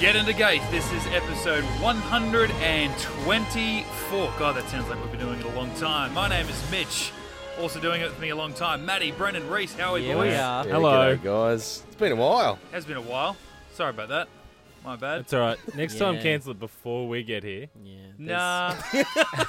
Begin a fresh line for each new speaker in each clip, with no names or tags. Get in the gate. This is episode 124. God, that sounds like we've been doing it a long time. My name is Mitch. Also doing it with me a long time. Maddie, Brennan, Reese, how are you
Yeah,
boys?
we are.
Yeah,
Hello.
g'day, guys. It's been a while.
Has been a while. Sorry about that. My bad.
It's all right. Next time,
Yeah.
cancel it before we get here.
Yeah.
nah. you guys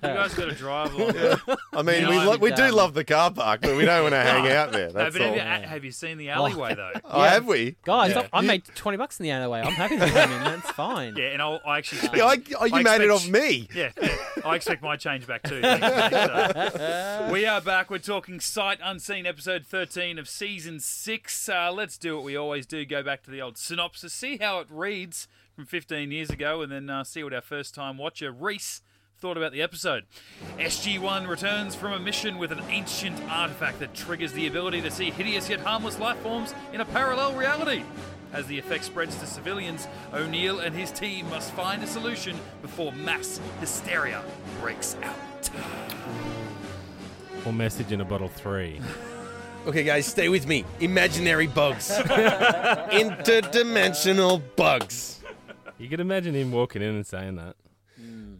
got to drive longer.
I mean,
Yeah,
we
I'm
lo- we do
done.
love the car park, but we don't want to hang out there.
No,
That's
but
all.
have you, have you seen the alleyway, though?
oh, have we?
Guys,
Yeah.
I, I
You-
made 20 bucks in the other way. I'm happy to come in. That's fine.
Yeah, and I'll, I actually.
Yeah, I, oh, you
I
made it
expect-
off me.
Yeah, yeah. I expect my change back too. Thanks, mate. So, we are back. We're talking Sight Unseen, episode 13 of season six. Uh, let's do what we always do go back to the old synopsis, see how it reads from 15 years ago, and then uh, see what our first time watcher, Reese, thought about the episode. SG 1 returns from a mission with an ancient artifact that triggers the ability to see hideous yet harmless life forms in a parallel reality. As the effect spreads to civilians, O'Neill and his team must find a solution before mass hysteria breaks out.
Or message in a bottle three.
Okay, guys, stay with me. Imaginary bugs, interdimensional bugs.
You could imagine him walking in and saying that.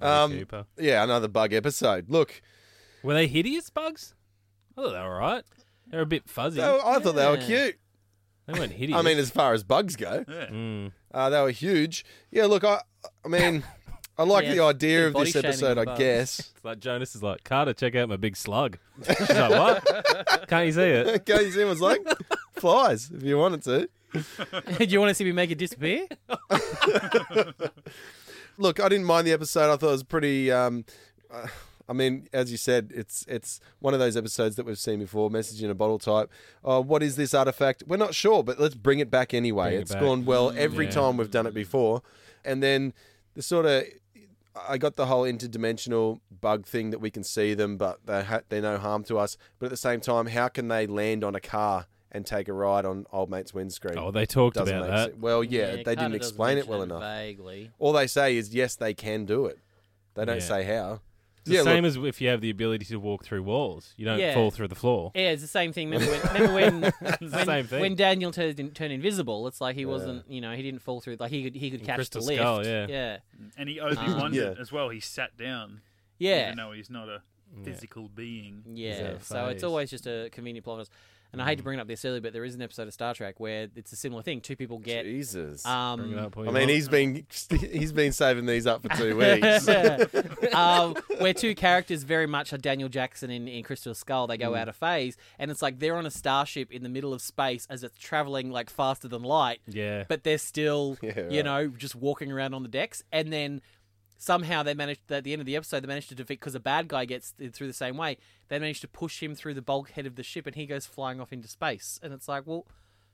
Um,
Cooper.
yeah, another bug episode. Look,
Were they hideous bugs? I thought they were all right. They were a bit fuzzy.
oh, I thought they were
Yeah.
cute.
They weren't hideous.
I mean, as far as bugs go,
Yeah.
Mm.
uh, they were huge. Yeah, look, I, I mean, I like
Yeah,
the idea of
body
this
shaming
episode.
the
I
bugs.
guess.
it's like Jonas is like, Carter, check out my big slug. She's like, what? Can't you see it?
Casey Zim was like, flies if you wanted to.
Do you want to see me make it disappear?
look, I didn't mind the episode. I thought it was pretty. Um, uh, I mean, as you said, it's it's one of those episodes that we've seen before. Message in a bottle type. Uh, what is this artifact? We're not sure, but let's bring it back anyway.
Bring it
It's
back. Mm,
gone well every
yeah.
time we've done it before, and then the sort of. I got the whole interdimensional bug thing that we can see them, but they ha- they're no harm to us. But at the same time, how can they land on a car and take a ride on old mate's windscreen?
Oh, they talked
Doesn't
about
make
that.
sen- Well, yeah, they
Carter
didn't
does
explain it
mention
well enough.
Vaguely.
All they say is yes, they can do it. They don't
Yeah.
say how.
It's the same as if you have the ability to walk through walls. You don't
Yeah.
fall through the floor.
Yeah, it's the same thing. Remember when, remember when,
It's the
when,
same thing.
when Daniel turned, in, turned invisible? It's like he wasn't, you know, he didn't fall through. Like he could, he could catch the
Crystal
lift.
Skull, yeah.
yeah,
And he openly wondered
Yeah.
as well. He sat down.
yeah,
Even though he's not a physical being.
yeah.
a
So it's
phase.
always just a convenient plot. device. And
Mm.
I hate to bring it up this early, but there is an episode of Star Trek where it's a similar thing. Two people get
Jesus.
um,
Bring it up,
I mean, he's been he's been saving these up for two weeks.
um, where two characters very much are Daniel Jackson in, in Crystal Skull. They go
Mm.
out of phase, and it's like they're on a starship in the middle of space as it's traveling like faster than light,
Yeah.
but they're still,
Yeah,
you
right.
know, just walking around on the decks. And then somehow they managed at the end of the episode they managed to defeat because a bad guy gets th- through the same way. They managed to push him through the bulkhead of the ship, and he goes flying off into space. And it's like, well.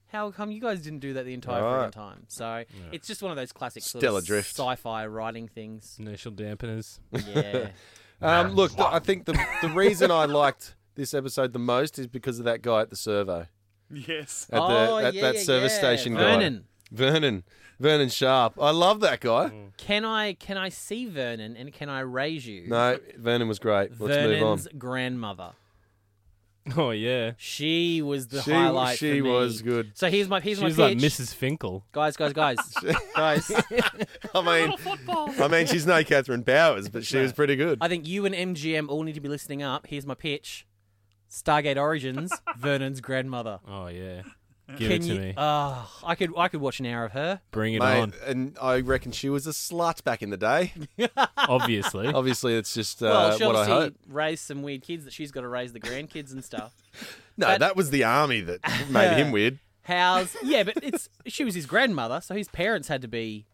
How come you guys didn't do that the entire
Right.
friggin' time? So it's just one of those classic sort
Stellar
of
drift.
sci-fi writing things.
Inertial dampeners.
Yeah.
um, look, th- I think the the reason I liked this episode the most is because of that guy at the servo
Yes.
at,
Oh,
the, at
yeah,
that
yeah,
service
yeah.
station guy.
Vernon.
Vernon, Vernon Sharp. I love that guy.
Can I can I see Vernon and can I raise you?
No, Vernon was great. Let's move on.
Vernon's grandmother.
Oh, yeah.
She was the
She-
highlight.
she
for me.
was good.
So here's my here's
She's
my
like
pitch.
Mrs. Finkel.
Guys, guys, guys, guys.
I mean, I mean, she's no Catherine Powers, but she was pretty good.
I think you and MGM all need to be listening up. Here's my pitch. Stargate Origins, Vernon's grandmother.
Oh, yeah. Give
Can
it to
you?
me.
Ah, I could I could watch an hour of her.
Bring it
Mate,
on.
and I reckon she was a slut back in the day.
Obviously.
Obviously, it's just uh,
well, she
what I hope.
obviously raised some weird kids that she's got to raise the grandkids and stuff.
No,
But-
that was the army that made him weird.
How's yeah, but it's she was his grandmother, so his parents had to be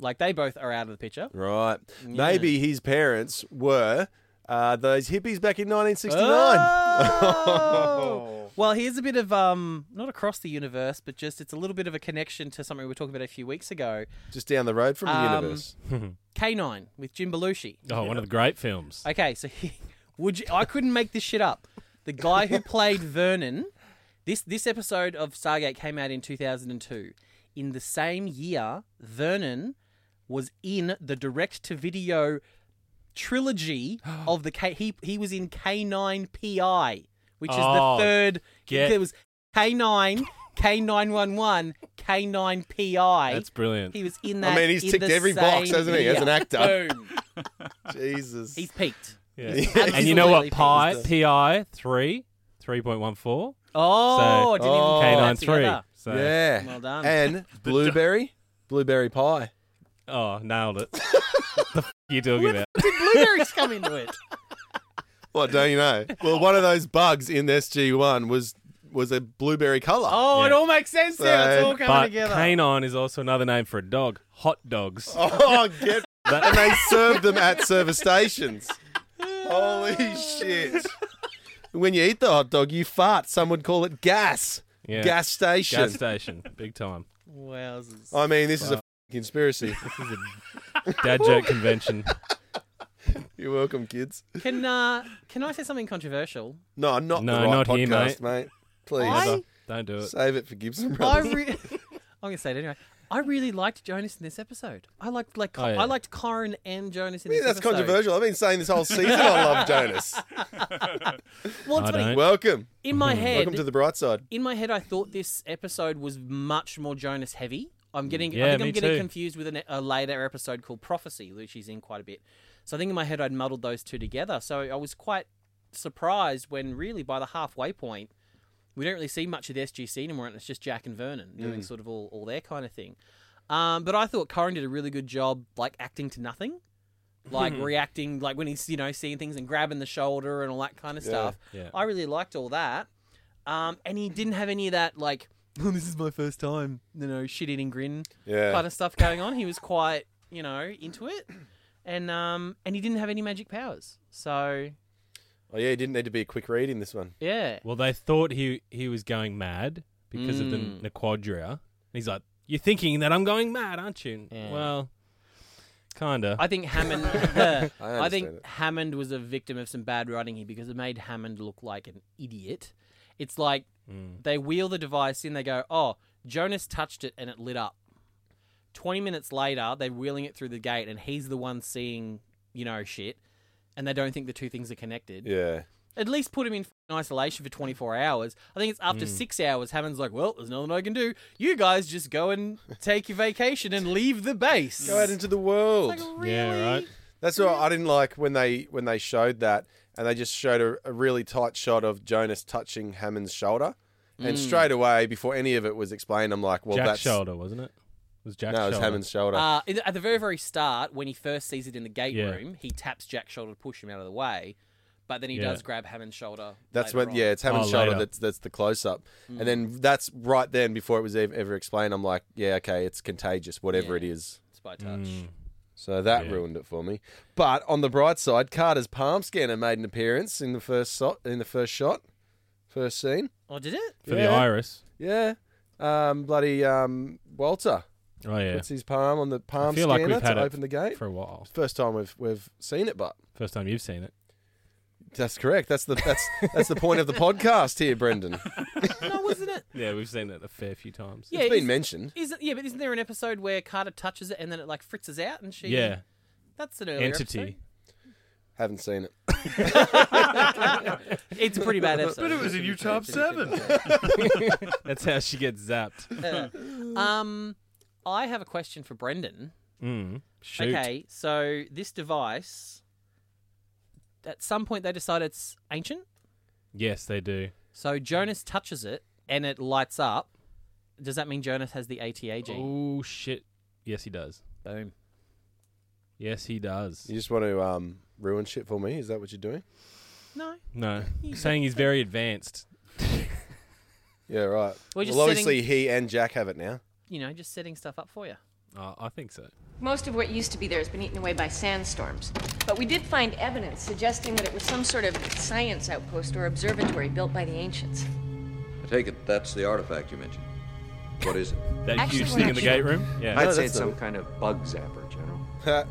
like they both are out of the picture.
Right. Maybe his parents were uh, those hippies back in
Ah!
1969.
Oh! well, here's a bit of um not across the universe, but just it's a little bit of a connection to something we were talking about a few weeks ago.
Just down the road from the
Um,
universe.
Canine with Jim Belushi.
Oh, one of the great films.
Okay, so he, would you, I couldn't make this shit up. The guy who played Vernon, this this episode of Stargate came out in 2002. In the same year, Vernon was in the direct to video trilogy of the K. He he was in K9 PI, which is
Oh,
the third.
get-
There was K9 K911, K9PI.
That's brilliant.
he was in that.
I mean, he's
in
ticked
the
every box,
same
hasn't he, as an
year.
actor?
Boom.
Jesus.
He's peaked.
Yeah.
Absolutely
and you know what?
peaked.
Pi Pi three three point one four
Oh, I didn't even
Oh.
put
K
that
nine three.
together.
So
yeah.
Well done.
And blueberry, blueberry pie.
oh, nailed it. the f- you talking about?
Did blueberries come into it?
What don't you know? Well, one of those bugs in SG one was was a blueberry color.
Oh, it
Yeah.
all makes sense now. It's
So-
all coming
But
together.
canine is also another name for a dog. Hot dogs.
Oh, get
That-
and they serve them at service stations. Holy shit! When you eat the hot dog, you fart. Some would call it gas.
Yeah.
Gas station.
Gas station. Big time.
Wowzers.
I mean, this is a f***ing conspiracy.
Dad joke convention.
You're welcome, kids.
Can uh, can I say something controversial?
No, not
No,
the right
not
podcast,
here,
mate. Please
I-
Never. Don't do it.
save it for Gibson
I
Brothers.
re- I'm gonna say it anyway. I really liked Jonas in this episode. I liked like
Oh, yeah.
I liked Corin and Jonas in
I mean,
this
that's
episode.
controversial. I've been saying this whole season I love Jonas.
Well, it's
I
funny.
don't.
Welcome.
In my head,
Welcome to the bright side.
in my head, I thought this episode was much more Jonas heavy. I'm getting, I
Yeah,
think I'm
me
getting
too.
confused with an, a later episode called Prophecy, which she's in quite a bit. So I think in my head I'd muddled those two together. So I was quite surprised when really by the halfway point we don't really see much of the SGC anymore, and it's just Jack and Vernon doing sort of all, all their kind of thing. Um, but I thought Corin did a really good job, like acting to nothing, like reacting, like when he's you know seeing things and grabbing the shoulder and all that kind of stuff.
Yeah.
I really liked all that. Um, and he didn't have any of that like, oh, this is my first time, you know, shit eating grin
Yeah.
kind of stuff going on. He was quite, you know, into it, and um, and he didn't have any magic powers. So
Oh yeah, you didn't need to be a quick read in this one.
yeah,
Well, they thought he he was going mad because of
Mm.
the Nequadria. And He's like, "You're thinking that I'm going mad, aren't you?"
Yeah.
Well, kinda.
I think Hammond. I,
understand
think
it.
Hammond was a victim of some bad writing here because it made Hammond look like an idiot. It's like
Mm.
they wheel the device in. They go, "Oh, Jonas touched it and it lit up." Twenty minutes later, they're wheeling it through the gate, and he's the one seeing, you know, shit, and they don't think the two things are connected.
Yeah.
At least put him in f***ing isolation for twenty four hours. I think it's
Mm.
after six hours. Hammond's like, "Well, there's nothing I can do. You guys just go and take your vacation and leave the base."
Go out into the world.
Yeah, right.
That's what I didn't like when they when they showed that and they just showed a, a really tight shot of Jonas touching Hammond's shoulder.
Mm.
And straight away, before any of it was explained, I'm like, well,
Jack's
that's
shoulder, wasn't it? It was Jack's
no, it's
shoulder.
Hammond's shoulder.
Uh, in- at the very, very start, when he first sees it in the gate
Yeah.
room, he taps Jack's shoulder to push him out of the way, but then he
Yeah.
does grab Hammond's shoulder.
that's
later
when,
on. Mm.
yeah, it's Hammond's
Oh,
shoulder.
later.
That's that's the close up, and then that's right then before it was ev- ever explained. I'm like, yeah, okay, it's contagious, whatever it
Yeah.
is.
It's by touch.
Mm.
So that
Yeah.
ruined it for me. But on the bright side, Carter's palm scanner made an appearance in the first shot. In the first shot, first scene.
Oh, did it?
for the
Yeah.
iris.
Yeah, um, bloody um, Walter
Oh yeah,
puts his palm on the palm
feel
scanner
like we've had
to
it
open the gate.
for a while.
First time we've we've seen it, but
First time you've seen it.
that's correct. That's the that's that's the point of the podcast here, Brendan.
No, wasn't it?
Yeah, we've seen it a fair few times.
Yeah,
It's been
is-
mentioned.
Is it, yeah, but isn't there an episode where Carter touches it and then it like fritzes out and she?
yeah.
that's an earlier
Entity.
episode.
Haven't seen it.
It's a pretty bad episode.
But it was in your top seven.
That's how she gets zapped.
um, I have a question for Brendan.
Mm. Shoot.
Okay, so this device, at some point they decide it's ancient.
Yes, they do.
So Jonas touches it and it lights up. Does that mean Jonas has the ATA gene?
Oh shit. Yes, he does.
Boom.
Yes, he does.
You just want to um, ruin shit for me? Is that what you're doing?
No.
No, saying he's very advanced.
Yeah, right.
We're just
well, obviously he and Jack have it now.
You know, just setting stuff up for you.
Uh, I think so.
Most of what used to be there has been eaten away by sandstorms. But we did find evidence suggesting that it was some sort of science outpost or observatory built by the ancients.
I take it that's the artifact you mentioned. What is it?
That
Actually,
huge
we're
thing
not
in the
sure.
gate room. Yeah.
No,
I'd say
that's
it's
not
some
it.
kind of bug zapper, General.
Ha.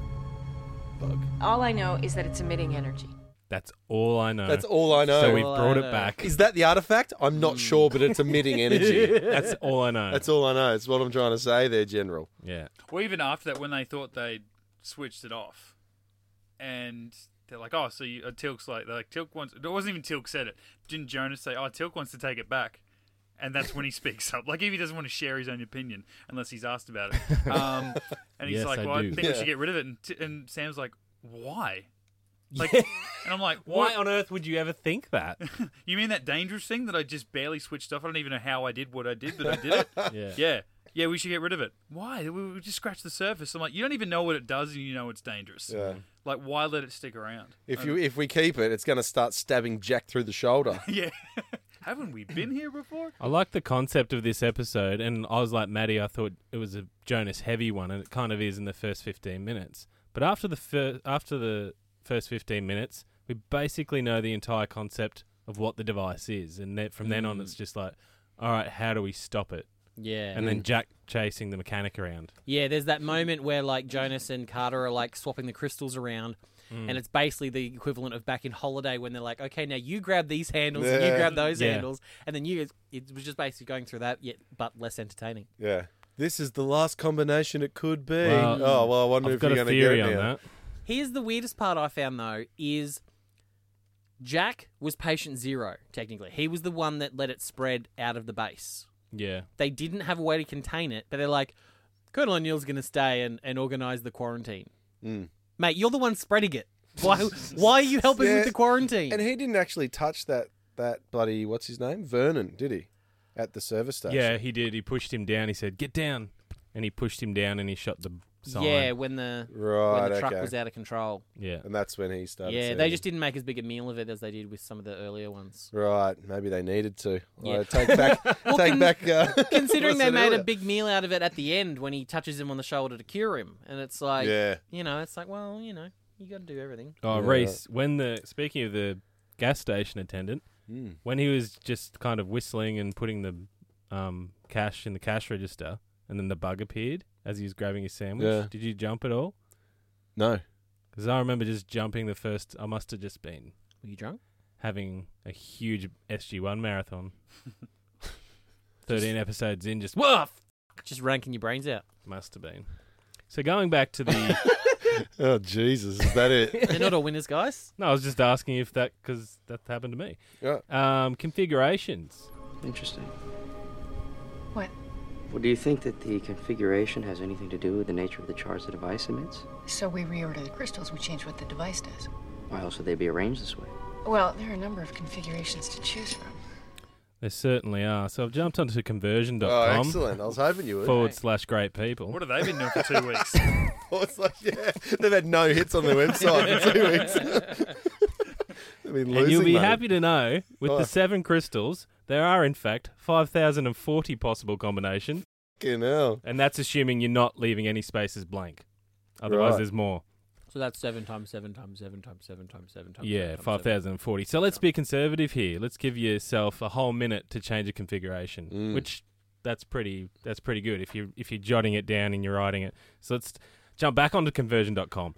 All I know is that it's emitting energy.
That's all I know.
That's all I know.
So Hmm. we've
All I
brought
know.
it back.
Is that the artifact? I'm not sure, but it's emitting energy.
That's all I know.
That's all I know. It's what I'm trying to say there, General.
Yeah.
Well, even after that, when they thought they would switched it off, and they're like, "Oh, so you, uh, Tilk's like, they're like Tilk wants." It wasn't even Tilk said it. Didn't Jonas say, "Oh, Tilk wants to take it back," and that's when he speaks up. Like if he doesn't want to share his own opinion unless he's asked about it, um, and he's
Yes,
like,
I
"Well, I
do.
think we should get rid of it." And, t- and Sam's like, "Why?" Like, and I'm like,
Why
"What?
on earth would you ever think that?
You mean that dangerous thing that I just barely switched off? I don't even know how I did what I did, but I did it."
Yeah.
Yeah. Yeah, we should get rid of it. Why? We, we just scratched the surface. I'm like, you don't even know what it does, and you know it's dangerous.
Yeah.
Like, why let it stick around?
If you if we keep it, it's going to start stabbing Jack through the shoulder.
Yeah. Haven't we been here before?
I like the concept of this episode, and I was like Maddie, I thought it was a Jonas heavy one, and it kind of is in the first fifteen minutes. But after the fir- after the first fifteen minutes, we basically know the entire concept of what the device is, and then from then
Mm.
on, it's just like, all right, how do we stop it?
Yeah.
And
Mm.
then Jack chasing the mechanic around.
Yeah, there's that moment where like Jonas and Carter are like swapping the crystals around,
Mm.
and it's basically the equivalent of back in Holiday when they're like, okay, now you grab these handles and you
Yeah.
grab those
Yeah.
handles, and then you. It was just basically going through that, yet but less entertaining.
yeah. This is the last combination it could be.
Well,
oh well, I wonder
I've
if
got
you're
a
going to get
theory
it
on
now.
that.
Here's the weirdest part I found though is Jack was patient zero technically. He was the one that let it spread out of the base.
Yeah,
They didn't have a way to contain it, but they're like, Colonel O'Neill's going to stay and, and organize the quarantine.
Mm.
Mate, you're the one spreading it. Why, why are you helping
Yeah,
with the quarantine?
And he didn't actually touch that that bloody what's his name Vernon, did he? At the service station.
yeah, he did. He pushed him down. He said, "Get down," and he pushed him down, and he shot the sign.
yeah, when the,
Right.
when the truck
okay.
was out of control.
yeah.
And that's when he started.
yeah,
seeing
they
him.
just didn't make as big a meal of it as they did with some of the earlier ones.
Right. Maybe they needed to.
Yeah.
I take back. take
con-
back. Uh,
Considering
what I
they
said
made a
earlier.
big meal out of it at the end when he touches him on the shoulder to cure him. And it's like,
Yeah.
you know, it's like, well, you know, you got to do everything.
Oh,
Yeah.
Reese, when the speaking of the gas station attendant,
Hmm.
when he was just kind of whistling and putting the um, cash in the cash register, and then the bug appeared as he was grabbing his sandwich.
Yeah.
Did you jump at all?
No.
Because I remember just jumping the first. I must have just been
Were you drunk?
having a huge SG1 marathon. Thirteen episodes in, just woof.
Just ranking your brains out.
Must have been. So going back to the,
Oh Jesus! Is that it?
They're not all winners, guys.
no, I was just asking if that because that happened to me.
yeah.
Um, configurations.
Interesting.
What?
Well, do you think that the configuration has anything to do with the nature of the charge the device emits?
So we reorder the crystals, we change what the device does.
Why else would they be arranged this way?
Well, there are a number of configurations to choose from.
They certainly are. So I've jumped onto conversion.com
Oh, excellent! I was hoping you would.
forward slash great people.
What have they been doing for two weeks?
It's like, yeah, they've had no hits on their website for two weeks. They've been
and you'll
losing
be
money.
happy to know with
Oh.
the seven crystals, there are in fact 5,040 possible combinations,
Fucking hell.
and that's assuming you're not leaving any spaces blank. Otherwise,
Right.
there's more.
So that's seven times seven times seven times seven times seven times.
yeah, 5,040. So let's be conservative here. Let's give yourself a whole minute to change a configuration,
Mm.
which that's pretty that's pretty good if you if you're jotting it down and you're writing it. So let's jump back onto conversion.com.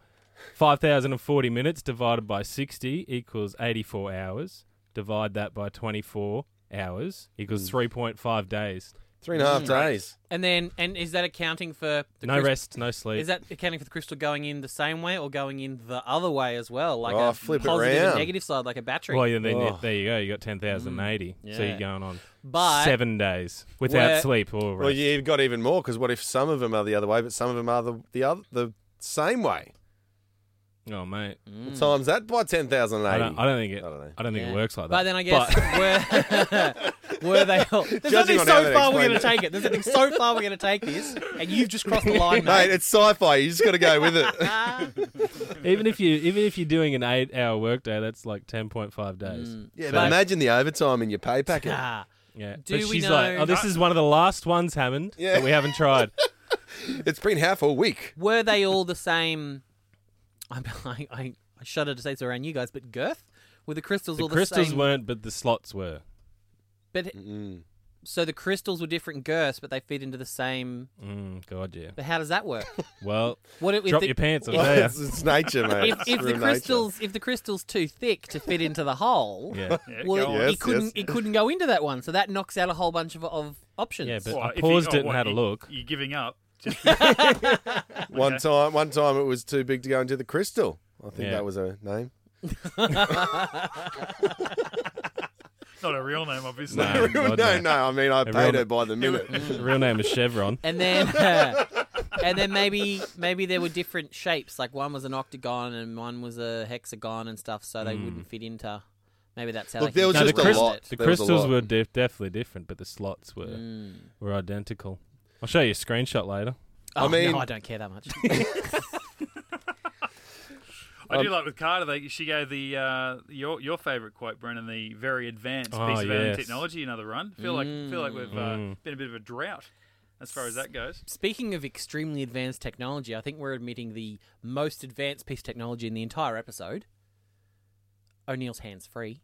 5,040 minutes divided by 60 equals 84 hours. Divide that by 24 hours
Mm.
equals 3.5 days.
Three and a
Mm.
half days.
And then, and is that accounting for the
no
crystal-
rest, no sleep.
Is that accounting for the crystal going in the same way or going in the other way as well, like
Oh,
a
flip it
positive and
round.
negative side, like a battery?
well, yeah, then,
Oh.
there you go. You got 10,080. So
Mm. Yeah.
you're going on
but
seven days without
Where-
sleep or rest.
Well, you've got even more because what if some of them are the other way, but some of them are the the other the same way?
Oh, mate.
Mm.
Times that by ten thousand and
I
eighty.
don't, I don't think it.
I
I
don't know.
don't, think
Yeah.
it works like that.
But then I guess were, were they? All, there's
Judging
nothing
on how
so
that
far we're
explained
going to
it.
take it. There's nothing so far we're going to take this, and you've just crossed the line,
Mate,
mate.
it's sci-fi. You just got to go with it.
even if you even if you're doing an eight-hour workday, that's like ten point five days.
yeah, but
But-
imagine the overtime in your pay packet.
Ah,
Yeah.
Do
but
we
she's like,
know-
oh, this is one of the last ones, Hammond,
Yeah.
that we haven't tried.
It's been half a week.
were they all the same? I'm, I, I, I shudder to say it's around you guys, but girth were the crystals
the
all the
crystals
same?
weren't, but the slots were.
But so the crystals were different girths, but they fit into the same.
Mm, God, yeah.
But how does that work?
Well,
What if, if
drop
the,
your pants, I
if-
tell ya.
It's, it's nature, mate.
If,
It's
if the
real nature.
crystals, if the crystal's too thick to fit into the hole,
Yeah.
Yeah,
well,
go
it,
on.
Yes, yes.
couldn't. It couldn't go into that one, so that knocks out a whole bunch of, of options.
Yeah, but-
Well,
I
if you- oh,
paused it and
what,
had a
you-
look.
You're giving up. Just-
One time, one time it was too big to go into the crystal. I think
Yeah.
that was a name.
Not a real name, obviously.
No,
no,
God,
no, I mean, I paid
Everyone-
her by the minute.
Real name is Chevron.
and then and then maybe maybe there were different shapes. Like one was an octagon and one was a hexagon and stuff, so they wouldn't fit into. Maybe that's how.
Look,
they
there was
came
just
up
a
with
lot.
it.
Mm. The
There was a
crystals
lot.
were def- definitely different, but the slots were
Mm.
were identical. I'll show you a screenshot later.
Oh,
I mean-
no, I don't care that much.
I
Um,
do like with Carter. They, she gave the uh, your your favorite quote, Brennan, the very advanced
Oh,
piece of alien
yes. Mm.
technology. Another run. Feel like feel like we've uh, been a bit of a drought as far as that goes.
Speaking of extremely advanced technology, I think we're admitting the most advanced piece of technology in the entire episode. O'Neill's hands free.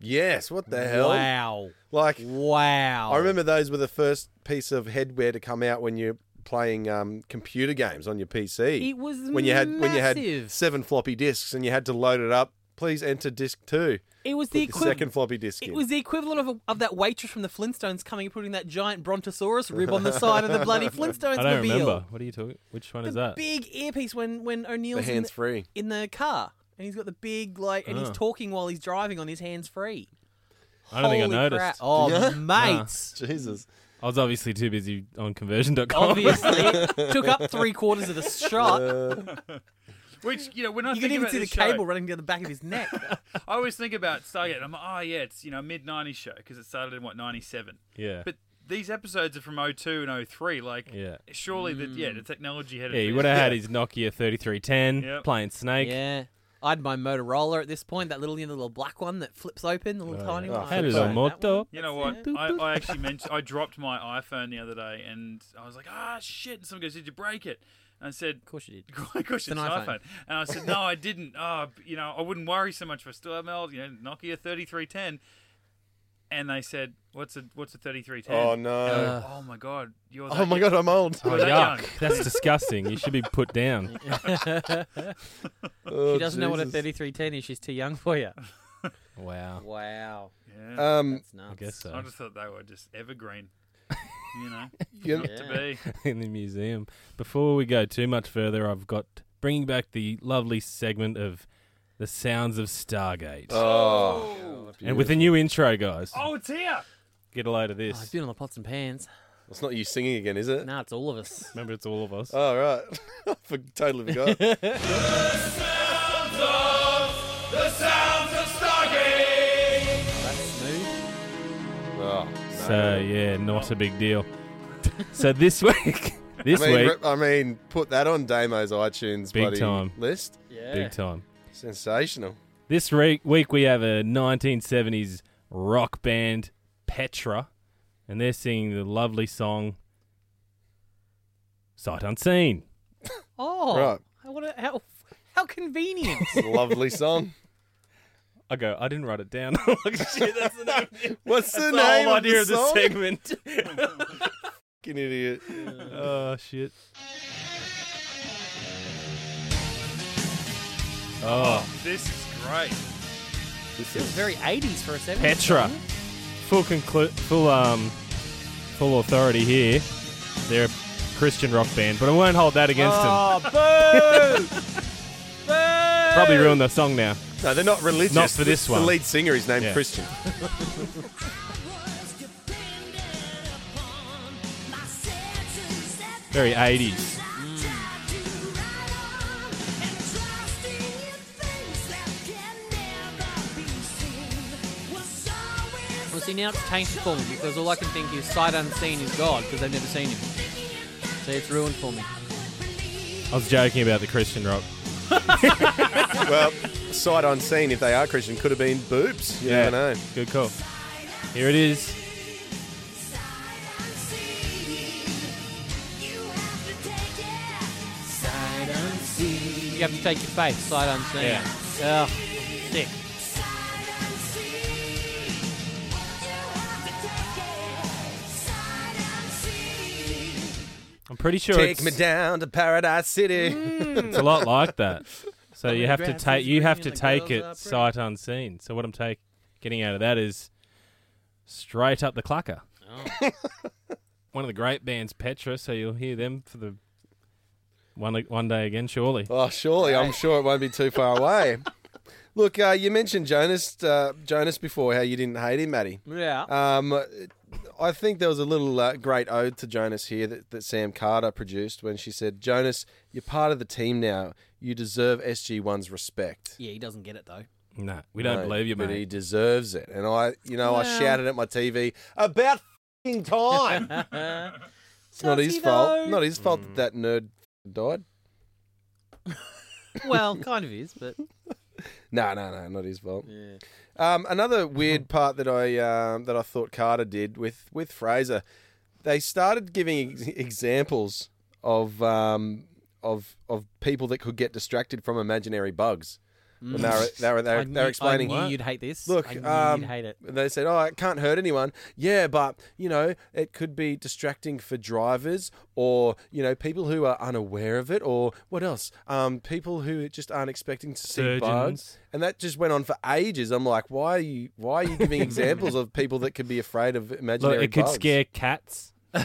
Yes, what the hell?
Wow!
Like,
Wow!
I remember those were the first piece of headwear to come out when you're playing um, computer games on your PC.
It was
when you had when you had
massive.
seven floppy disks and you had to load it up. Please enter disk two.
it was the
The
equivalent.
second floppy disk.
It
in.
was the equivalent of, of that waitress from the Flintstones coming and putting that giant Brontosaurus rib on the side of the bloody Flintstones
I don't
mobile.
remember. What are you talking? Which one
The
is that?
big earpiece when when O'Neill's
the
in
hands free.
in the car and he's got the big like and he's
Ah.
talking while he's driving on his hands free.
I don't think I noticed.
Oh,
Yeah.
mates.
Jesus.
I was obviously too busy on conversion.com.
Obviously, it took up three quarters of the shot.
Which you know, when I
you
think
can even
about
see the
this show,
cable running down the back of his neck.
I always think about Stargate. and I'm like, oh yeah, it's you know mid '90s show because it started in what '97.
yeah.
But these episodes are from 02 and 03. Like,
Yeah.
surely the
Mm.
yeah the technology had
yeah, you
advanced.
would have had his Nokia 3310
Yep.
playing Snake.
yeah. I had my Motorola at this point, that little, you know, little black one that flips open, the little tiny one.
Oh,
I
flip
had
Hello,
that
Moto.
You know what? I, I actually mentioned I dropped my iPhone the other day, and I was like, "Ah, shit!" And someone goes, "Did you break it?" And I said,
Of course you did.
"Of course it's an iPhone.
iPhone.
And I said, "No, I didn't. Oh, b- you know, I wouldn't worry so much if I still had my old, you know, Nokia 3310." And they said, "What's a what's a 3310?"
Oh no.
And I went, oh my god, you're that
oh my
young."
god, I'm old.
You were
Oh,
that
yuck.
young.
That's disgusting. You should be put down.
Oh,
She doesn't know what a
Jesus.
3310 is. She's too young for you.
Wow.
Wow.
Yeah.
Um,
That's nuts.
I guess
I
so.
just thought they were just evergreen. You know,
you-
to be.
In the museum. Before we go too much further, I've got bringing back the lovely segment of the sounds of Stargate.
oh,
and with a new intro, guys.
Oh, it's here.
Get a load of
Oh, it's
this.
been on the pots and pans.
it's not you singing again, is it?
Now it's all of us.
Remember, it's all of us.
Oh right, I totally forgot. oh,
So yeah, not a big deal. so this week, this
I mean,
week,
re- I mean, put that on Damo's iTunes
Big
bloody
time.
list.
Yeah.
big time.
Sensational.
This re- week we have a 1970s rock band Petra, and they're singing the lovely song "Sight Unseen."
Oh.
Right.
how- What a, how, how convenient.
It's a lovely song.
I go, I didn't write it down. I'm like, Shit, that's the name. That's
What's the,
the
name
whole
of the
idea of the
song?
segment.
Fucking idiot.
oh shit. Oh,
This is great.
It was very 80s for a 70s.
Petra.
song.
Full conclu- full um full authority here. They're a Christian rock band, but I won't hold that against them.
Oh, boo! boo!
Probably ruined the song now.
No, they're not religious.
Not for this
the,
one.
The lead singer is named
Yeah.
Christian.
Very 80s.
Mm. Well, see, now it's tainted for me because all I can think is sight unseen is God because I've never seen him. So it's ruined for me.
I was joking about the Christian rock.
well, sight unseen, if they are Christian, could have been boobs. You
Yeah.
never know.
Good call. Here it is.
You have to take your faith, sight unseen. Oh,
Yeah.
sick.
I'm pretty sure
Take
it's,
me down to Paradise City.
it's a lot like that. So you have to
grass
take
is
you
green
have
and
to
the
take
girls
it
are pretty.
sight unseen. So what I'm take getting out of that is straight up the clucker.
Oh.
one of the great bands, Petra. So you'll hear them for the one one day again, surely.
Oh, surely. I'm sure it won't be too far away. Look, uh, you mentioned Jonas uh, Jonas before, how you didn't hate him, Matty.
Yeah.
Um, I think there was a little uh, great ode to Jonas here that, that Sam Carter produced when she said, Jonas, you're part of the team now. You deserve SG1's respect.
yeah, he doesn't get it though.
No, we don't
No,
believe you,
But he
mate.
deserves it. And I, you know, I
Well.
shouted at my TV, about fing time. it's Uh, not
Does
his
he,
fault.
though?
Not his
Hmm.
fault that that nerd died.
Well, kind of is, but
No, no, no, not his fault. Um, another weird part that I um, that I thought Carter did with with Fraser, they started giving ex- examples of um, of of people that could get distracted from imaginary bugs. And they were they were, they
I
were,
knew-
they were explaining.
I knew you'd hate this.
Look,
I knew
um,
you'd hate it.
They said, "Oh, it can't hurt anyone." Yeah, but you know, it could be distracting for drivers, or you know, people who are unaware of it, or what else? Um, people who just aren't expecting to see
Surgeons.
bugs, and that just went on for ages. I'm like, why are you? Why are you giving examples of people that could be afraid of imaginary
Look, it could
bugs?
scare cats. a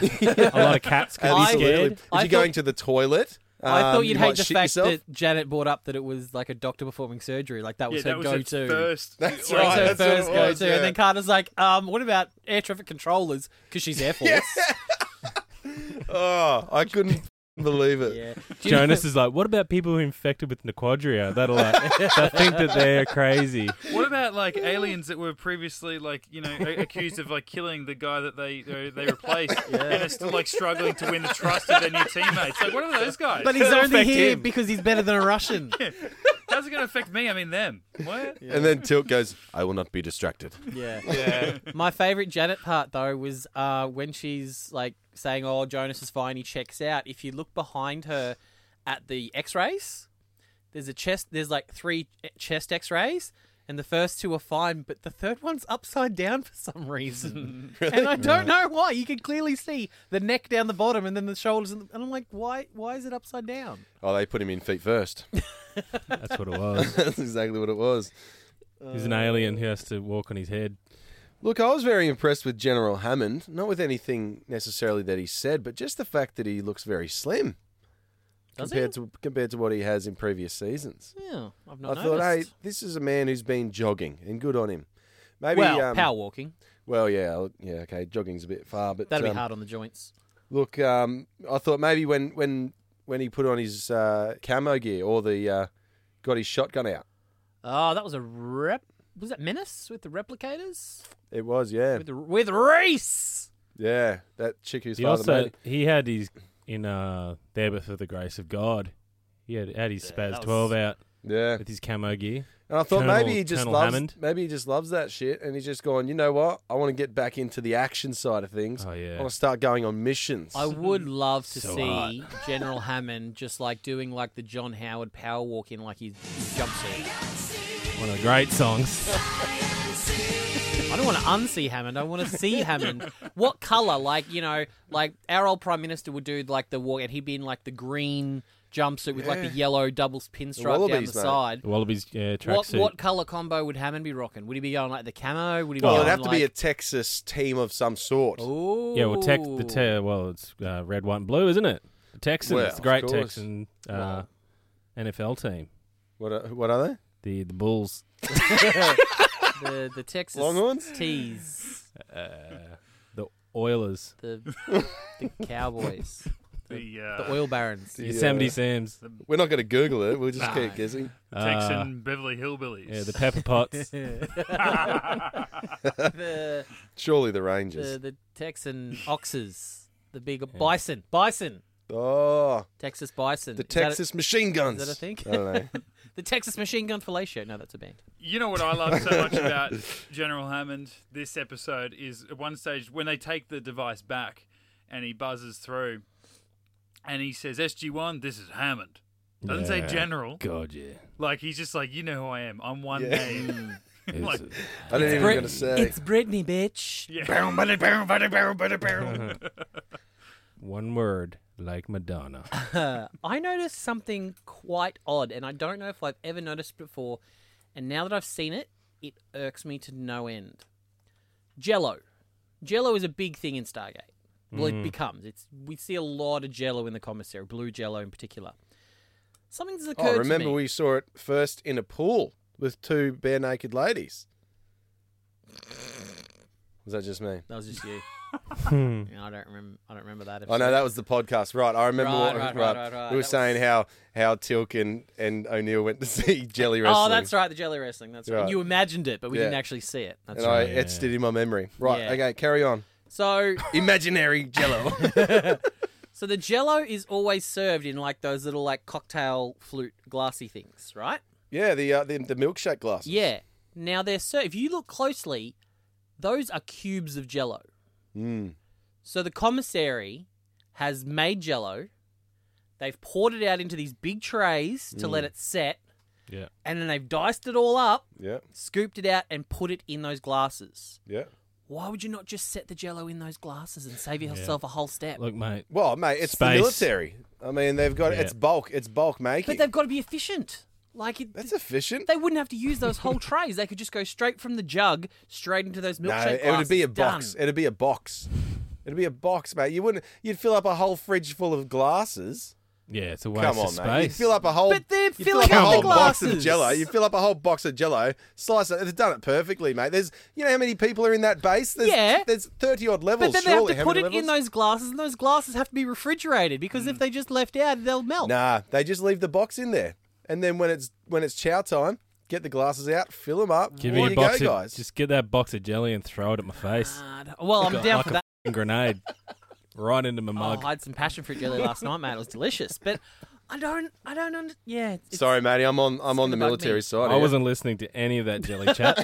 lot of cats could be
Absolutely.
scared.
If
I
you're
thought-
going to the toilet,
I thought
um,
you'd
you
hate
might
the
shit
fact
yourself.
that Janet brought up that it was like a doctor performing surgery, like that
Yeah,
was
that
her
was
go-to.
her first.
That's
Well,
right,
That's her
that's what it
first
was,
go-to,
yeah.
and then Carter's like, um, "What about air traffic controllers? Because she's Air Force."
Oh, I couldn't believe it.
Yeah.
Jonas is like, what about people who are infected with Nequadria? That'll like, I think that they're crazy.
What about like aliens that were previously like you know a- accused of like killing the guy that they uh, they replaced and are still like struggling to win the trust of their new teammates? Like, what are those guys?
But he's only
affect
here
him.
because he's better than a Russian.
How's it going to affect me? I mean them. What?
And then Tilt goes, "I will not be distracted."
Yeah. My favorite Janet part though was uh, when she's like saying, "Oh, Jonas is fine. He checks out." If you look behind her at the X-rays, there's a chest. There's like three e, chest X-rays, and the first two are fine, but the third one's upside down for some reason, and I don't know why. You can clearly see the neck down the bottom, and then the shoulders, and, and I'm like, why? Why is it upside down?
Oh, they put him in feet first.
That's what it was.
That's exactly what it was.
He's an alien who has to walk on his head.
Look, I was very impressed with General Hammond, not with anything necessarily that he said, but just the fact that he looks very slim
Does
compared
it?
to compared to what he has in previous seasons.
Yeah, I've
I
not
thought, hey,
noticed.
this is a man who's been jogging, and good on him. Maybe,
well,
um,
power walking.
well, yeah, I'll- yeah, okay, jogging's a bit far, but
That'll
um,
be hard on the joints.
Look, um, I thought maybe when when when he put on his uh, camo gear or the uh, got his shotgun out,
Oh, that was a rep. Was that Menace with the replicators?
it was, yeah,
With, with Reese!
yeah, that chick whose
He
father
also
made it.
he had his in uh there but for the grace of God. He had, had his Spaz
that was-
twelve out
yeah,
with his camo gear.
And I thought
Colonel-
maybe he just
Colonel
loves
Hammond.
maybe he just loves that shit, and he's just going, you know what? I want to get back into the action side of things.
Oh, yeah.
I want to start going on missions.
I would love to
So
see
hot.
General Hammond just like doing like the John Howard power walk in like his jumpsuit.
One of the great songs.
I don't want to unsee Hammond. I want to see Hammond. What color? Like you know, like our old prime minister would do like the walk, and he'd be in like the green jumpsuit with like the yellow double pinstripe down the
wallabies, mate.
side.
The Wallabies yeah,
What,
tracksuit.
what color combo would Hammond be rocking? Would he be going like the camo? Would he be
well,
going
it'd Oh, have to be a
like, Oh.
Texas team of some sort.
Ooh.
Yeah, well, tech, the te- well, it's uh, red, white, and blue, isn't it? The Texans,
Well,
the great
of course.
Texan uh, NFL team,
What are, what are they?
the the Bulls.
the the Texas
Longhorns?
Tees,
The Oilers,
the the Cowboys,
The, uh,
the oil barons.
The,
Yosemite
uh,
Sams,
We're not going to Google it. We'll just keep guessing.
Texan Beverly Hillbillies.
Uh, Ah. yeah, the Pepper Pots.
The
Surely the
the,
Rangers.
the Texan oxes, the big bison, bison,
oh,
Texas bison.
the
Is that a-
Texas machine guns.
that a thing?
I don't know.
the Texas machine gun fellatio. No, that's a band.
You know what I love so much about General Hammond this episode is at one stage when they take the device back and he buzzes through and he says, SG1, this is Hammond. Doesn't
Yeah.
say General.
God, yeah.
Like, he's just like, you know who I am. I'm one
Yeah.
Hmm.
name. like,
I didn't even going to say.
it's Brittany, bitch.
yeah.
One word, like Madonna.
Uh, I noticed something quite odd, and I don't know if I've ever noticed before. And now that I've seen it, it irks me to no end. Jello, Jello is a big thing in Stargate. Well,
Mm.
it becomes. It's we see a lot of Jello in the commissary, blue Jello in particular. Something's occurred
Oh,
to
remember
me.
we saw it first in a pool. with two bare naked ladies. Was that just me?
That was just you. Yeah, I don't remember. I don't remember that.
I know Oh, that was the podcast, right? I remember
Right,
what
right, right, right, right.
we were
That
saying
was-
how how Tilk and, and O'Neill went to see Jelly Wrestling.
Oh, that's right. The jelly wrestling. That's right.
Right.
You imagined it, but we
Yeah.
didn't actually see it. That's
And
right.
I etched it in my memory. Right.
Yeah.
Okay. Carry on.
So,
Imaginary Jello.
so the Jello is always served in like those little like cocktail flute glassy things, right?
yeah. The, uh, the the milkshake glass.
Yeah. Now they're ser- if you look closely, those are cubes of jello.
Mm.
So the commissary has made jello. They've poured it out into these big trays to let it set,
Yeah.
and then they've diced it all up,
Yeah.
scooped it out, and put it in those glasses.
Yeah.
Why would you not just set the jello in those glasses and save yourself a whole step?
Look, mate.
Well, mate, it's the
Space.
military. I mean, they've got
Yeah.
it's bulk. It's bulk making.
but they've got to be efficient. Like it,
that's efficient.
they wouldn't have to use those whole trays. They could just go straight from the jug straight into those milkshake
No,
glasses.
it would be a
Done.
box. It'd be a box. It'd be a box, mate. You wouldn't. You'd fill up a whole fridge full of glasses.
Yeah, it's a waste
Come
of
on,
space.
mate. You fill up a whole.
But they're
you'd fill
filling
up a
up the
whole box of
glasses.
Jello. You fill up a whole box of Jello. Slice it. They've done it perfectly, mate. There's. You know how many people are in that base? There's,
Yeah.
There's thirty odd levels.
But then they
surely.
have to
How
put
many
it in
levels? Hmm.
those glasses, and those glasses have to be refrigerated because if they just left out, they'll melt.
Nah, they just leave the box in there, and then when it's when it's chow time, get the glasses out, fill them up.
Give
there
me a
you
box
go,
of,
guys.
just get that box of jelly and throw it at my face.
Ah, no. well, I'm
Like
down
a
for that.
f***ing grenade. Right into my
Oh,
mug.
I had some passion fruit jelly last night, mate. It was delicious, but I don't, I don't, under- yeah. It's,
Sorry, Matty. I'm on. I'm on the
gonna bug
military
me.
side.
I
here.
wasn't listening to any of that jelly chat.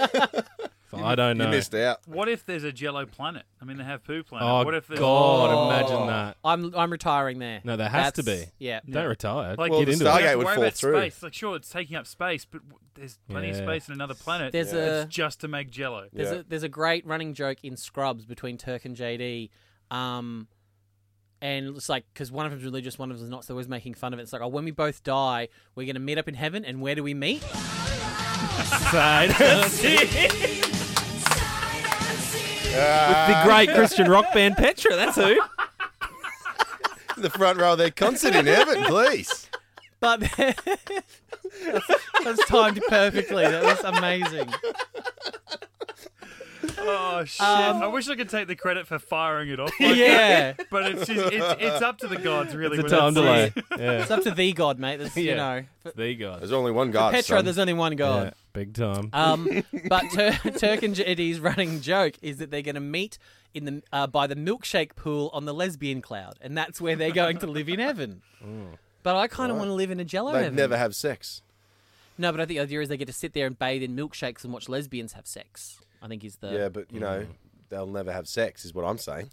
So I don't
You
know.
missed out.
What if there's a Jello planet? I mean, they have poo planet.
Oh
what if there's
God!
Oh.
Imagine that.
I'm, I'm retiring there.
No, there has to
That's-
be.
Yeah,
Don't retire.
Like,
get
the You
into
don't have
it.
Stargate
to
would
worry
fall
about
through.
Space. Like, sure, it's taking up space, but w- there's plenty of
Yeah.
space in another planet.
There's a-
It's just to make Jello.
There's
Yeah.
a there's a great running joke in Scrubs between Turk and JD, um, and it's like because one of them's religious, one of them's not, so we're making fun of it. It's like, oh, when we both die, we're gonna meet up in heaven, and where do we meet?
That's it. The great Christian rock band Petra. That's who.
the front row of their concert in heaven, please.
But that's, that's timed perfectly. That was amazing.
Oh shit! I wish I could take the credit for firing it off. like
Um, Yeah,
that, but it's just it's, it's up to the gods really.
It's a
when
time
that's-
delay. Yeah.
it's up to the God, mate. That's you
Yeah.
know, for
There you go.
There's only one guy.
Petra.
son.
There's only one God.
Yeah, big time.
Um, but Tur- Turk and JD's running joke is that they're going to meet in the uh, by the milkshake pool on the lesbian cloud, and that's where they're going to live in heaven.
Oh.
But I kind of want to live in a Jello
They
heaven.
never have sex.
No, but I think the idea is they get to sit there and bathe in milkshakes and watch lesbians have sex. I think is the
Yeah, but you know, they'll never have sex, is what I'm saying.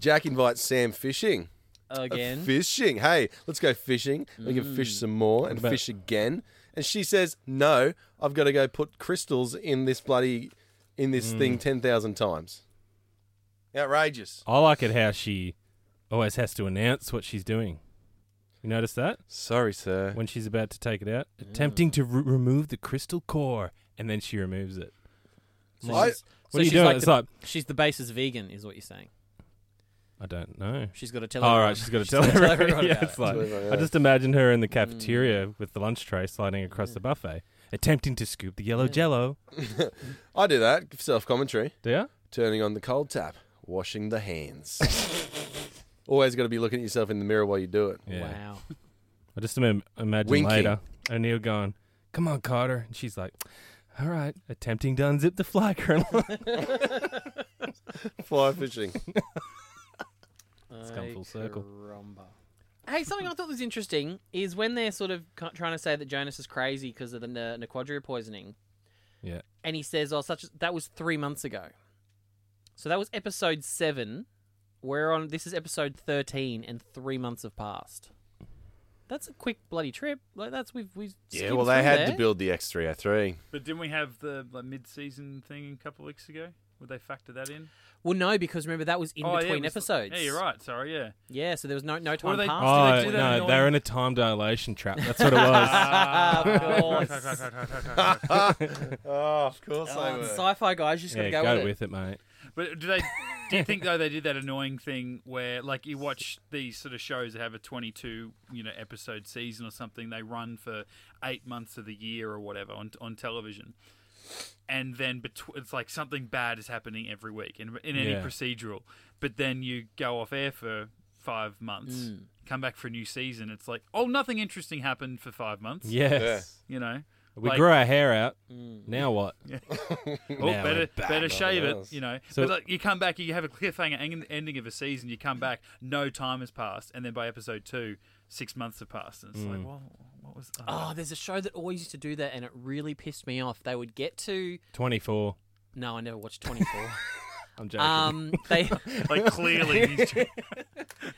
Jack invites Sam fishing.
again.
Fishing. Hey, let's go fishing. We can fish some more and
What about-
fish again. And she says, "No, I've got to go put crystals in this bloody in this thing ten thousand times." Outrageous.
I like it how she always has to announce what she's doing. You notice that
Sorry, sir.
when she's about to take it out, attempting to re- remove the crystal core, and then she removes it.
So
I-
she's-
What
so
are you
she's
doing?
Like
it's
the,
like
she's the basis vegan, is what you're saying.
I don't know.
She's got to tell.
All
everyone.
right, she's got to tell everyone. yeah,
about it.
it's like,
Tell everyone,
I
yeah.
just imagine her
Hmm.
in the cafeteria with the lunch tray sliding across the buffet, attempting to scoop the yellow jello.
I do that self commentary.
Do you?
turning on the cold tap, washing the hands. Always got to be looking at yourself in the mirror while you do it.
Yeah.
Wow.
I just im- imagine
Winking.
later O'Neill going, "Come on, Carter," and she's like, "All right," attempting to unzip the fly kernel.
Fly fishing.
It's
come full circle.
Hey, something I thought was interesting is when they're sort of cu- trying to say that Jonas is crazy because of the Na- Nequadria poisoning,
yeah.
and he says, "Oh, such that was three months ago." So that was episode seven. We're on. This is episode thirteen, and three months have passed. That's a quick bloody trip. Like that's we've we.
Yeah, well, they had to build the X303.
But didn't we have the like, mid-season thing a couple of weeks ago? Would they factor that in?
Well, no, because remember that was in
Oh, yeah, it
between
was-
episodes.
Yeah, you're right. Sorry, yeah.
Yeah, so there was no no
What
time
are they-
passed.
Oh,
Oh,
do they do that
no,
in
they're
all-
in a time dilation trap. That's what it was.
Ah, of course.
Oh, of course
Oh, the sci-fi guys just
yeah,
gotta
go,
go,
with it, mate.
But do they? Do you think though they did that annoying thing where, like, you watch these sort of shows that have a twenty-two, you know, episode season or something? They run for eight months of the year or whatever on on television, and then betw- it's like something bad is happening every week in, in any
Yeah.
procedural. But then you go off air for five months,
Mm.
come back for a new season. It's like, oh, nothing interesting happened for five months.
Yes.
you know,
We
Like-
grew our hair out. Now what?
Oh,
Now
better
we're back
better
on
shave it,
this.
you know.
So-
but like, you come back, you have a cliffhanger en- ending of a season. You come back, no time has passed, and then by episode two, six months have passed, and it's
Mm.
like, well, what was?
Oh, there's a show that always used to do that, and it really pissed me off. They would get to
24.
no, I never watched 24.
I'm joking.
um, they
like clearly, these two-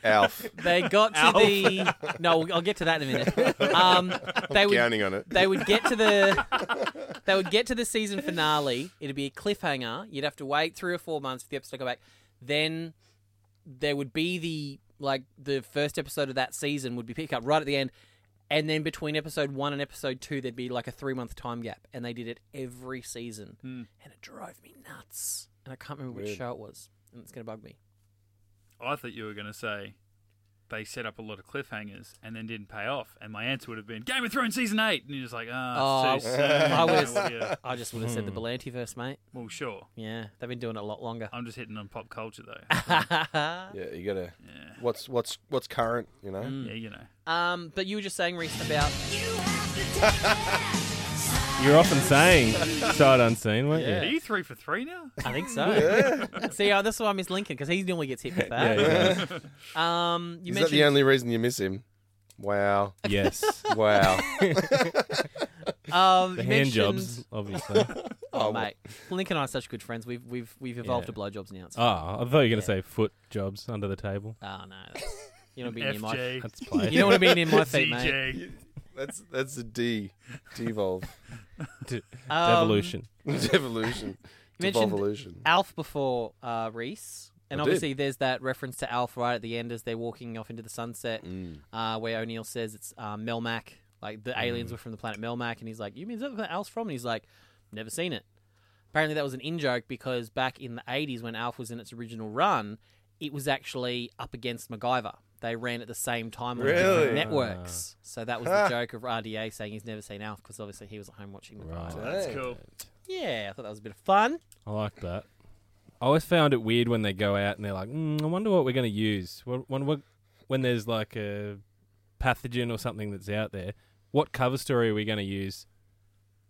Alf.
they got to the no. I'll get to that in a minute. Um, they would
Counting on it.
they would get to the they would get to the season finale. It'd be a cliffhanger. You'd have to wait three or four months for the episode to go back. Then there would be the like the first episode of that season would be picked up right at the end, and then between episode one and episode two, there'd be like a three month time gap, and they did it every season, and it drove me nuts. And I can't remember which show it was, and it's gonna bug me.
I thought you were going to say they set up a lot of cliffhangers and then didn't pay off, and my answer would have been Game of Thrones season eight, and you're just like, ah, it's
Oh,
too soon.
I
You know,
was-
what do you-
I just would have said the Belanti verse, mate.
well, sure.
Yeah, they've been doing it a lot longer.
I'm just hitting on pop culture though.
Yeah, you gotta. What's what's what's current? You know.
Mm.
yeah, you know.
Um, but you were just saying, Reese, about
You're often saying sight unseen, weren't
Are
you?
you three for three now?
I think so. See, uh, that's why I miss Lincoln because he normally gets hit with
Yeah,
that.
yeah.
Um, you
Is that
mentioned
the only reason you miss him? Wow.
yes.
Wow.
um,
The
you
hand
mentioned-
jobs, obviously.
Oh, mate, Lincoln and I are such good friends. We've we've we've evolved
Yeah.
to blowjobs now. It's
Oh, I thought you were going to say foot jobs under the table.
oh no, that's, you don't be near my
FJ,
That's play.
you don't want to be near my feet, mate.
CJ.
that's that's a D. Devolve.
Devolution.
Devolution.
Um, mentioned-
Devolution.
Alf before uh, Reese. And
I did.
obviously, there's that reference to Alf right at the end as they're walking off into the sunset,
Mm.
uh, where O'Neill says it's uh, Melmac, like the aliens were from the planet Melmac, and he's like, "You mean is that where Alf's from?" And he's like, "Never seen it." Apparently, that was an in joke because back in the '80s, when Alf was in its original run, it was actually up against MacGyver. They ran at the same time on
Really? Ah.
different networks, so that was the joke of RDA saying he's never seen Alf because obviously he was at home watching MacGyver.
Right.
That's cool.
Yeah, I thought that was a bit of fun.
I like that. I always found it weird when they go out and they're like, mm, I wonder what we're going to use. When, when, we're- when there's like a pathogen or something that's out there, what cover story are we going to use?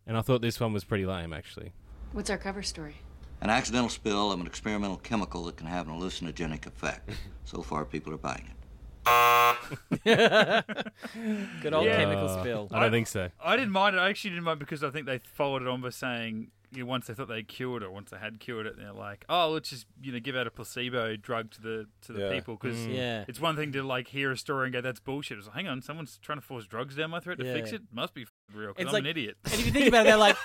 And I thought this one was pretty lame, actually.
What's our cover story?
An accidental spill of an experimental chemical that can have an hallucinogenic effect. So far, people are buying it.
Good old
Yeah.
chemical
Uh,
spill.
I don't think so.
I didn't mind it. I actually didn't mind because I think they followed it on by saying you know, once they thought they cured it, once they had cured it, they're like, oh, let's just you know give out a placebo drug to the to the
Yeah.
people because
Yeah.
it's one thing to like hear a story and go that's bullshit. It's like, hang on, someone's trying to force drugs down my throat to
Yeah.
fix it. Must be f- real because
It's
I'm
like-
an idiot.
And if you think about it, they're like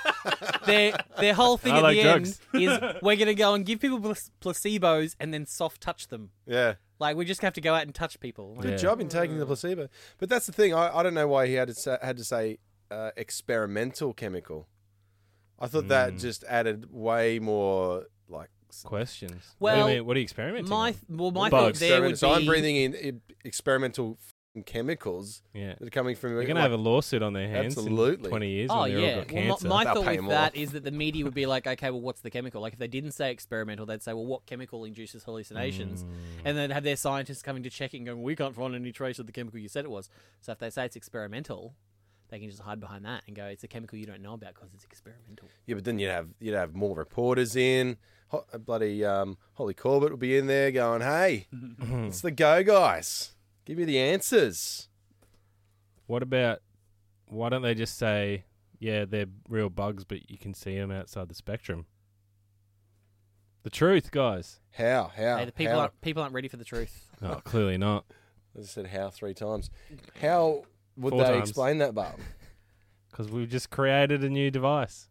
their their whole thing
I
at
like
the
drugs.
end is we're gonna go and give people plas- placebos and then soft touch them.
Yeah.
Like we just have to go out and touch people. Like,
Good
Yeah.
job in taking the placebo. But that's the thing. I, I don't know why he had to say, had to say uh, experimental chemical. I thought that just added way more like. s-
Questions. what
Well,
do you mean? What are you experimenting
My
on?
well, my thought
Bugs.
there would be.
experiment- So I'm breathing in i- experimental f***ing chemicals
Yeah.
that are coming from.
You're going to have a lawsuit on their hands
Absolutely.
in 20 years
Oh
when they all
yeah.
got
Well, my-
cancer.
my
They'll
thought
pay
with
more.
that is that the media would be like, okay, well, what's the chemical? Like if they didn't say experimental, they'd say, well, what chemical induces
Mm.
hallucinations? And then have their scientists coming to check it and going, we can't find any trace of the chemical you said it was. So if they say it's experimental, they can just hide behind that and go, it's a chemical you don't know about because it's experimental.
Yeah, but then you'd have you'd have more reporters in. Ho- bloody um, Holly Corbett would be in there going, "Hey, it's the go guys. Give me the answers."
What about why don't they just say, yeah, they're real bugs, but you can see them outside the spectrum? The truth, guys.
How? How?
Hey, the people
how?
aren't people aren't ready for the truth.
Oh, clearly not.
I just said how three times. How would
Four
they
times.
explain that, Bob?
Because we've just created a new device.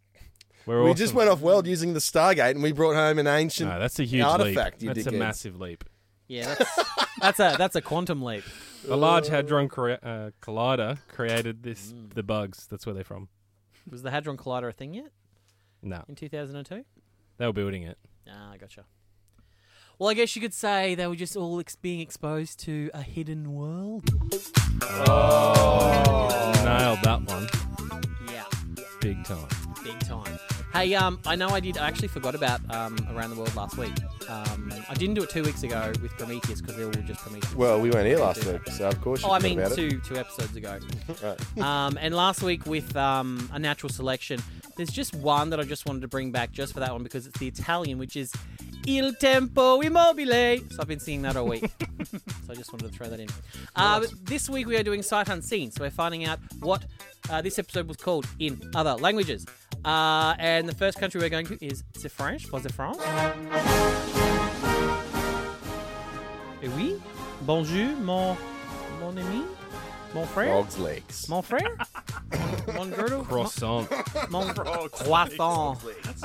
We're
We
awesome.
just went off world using the Stargate, and we brought home an ancient
No, that's a huge
artifact. you
leap. That's a
dickheads.
massive leap.
Yeah, that's, that's a that's a quantum leap.
The Large Hadron Cor- uh, Collider created this.
Mm.
The bugs. That's where they're from.
Was the hadron collider a thing yet
No,
in 2002?
they were building it.
Ah, I gotcha. Well, I guess you could say they were just all ex- being exposed to a hidden world.
Nailed that one,
Yeah,
big time.
big time. Hey, um, I know I did. I actually forgot about um, Around the World last week. Um, I didn't do it two weeks ago with Prometheus because they were all just Prometheus.
Well, we weren't here last week, so of course you
Oh, I
forgot
mean,
about it.
two two episodes ago.
Right.
um, and last week with um, a natural selection, there's just one that I just wanted to bring back just for that one because it's the Italian, which is Il Tempo Immobile. So I've been seeing that all week. so I just wanted to throw that in. Uh, but this week we are doing Sight Unseen. So we're finding out what uh, this episode was called in other languages. Uh, and the first country we're going to is c'est French, pas de France. Eh oui, bonjour, mon, mon ami, mon frère.
Dog's legs.
Mon frère? Mon girdle?
Croissant.
Mon, mon croissant.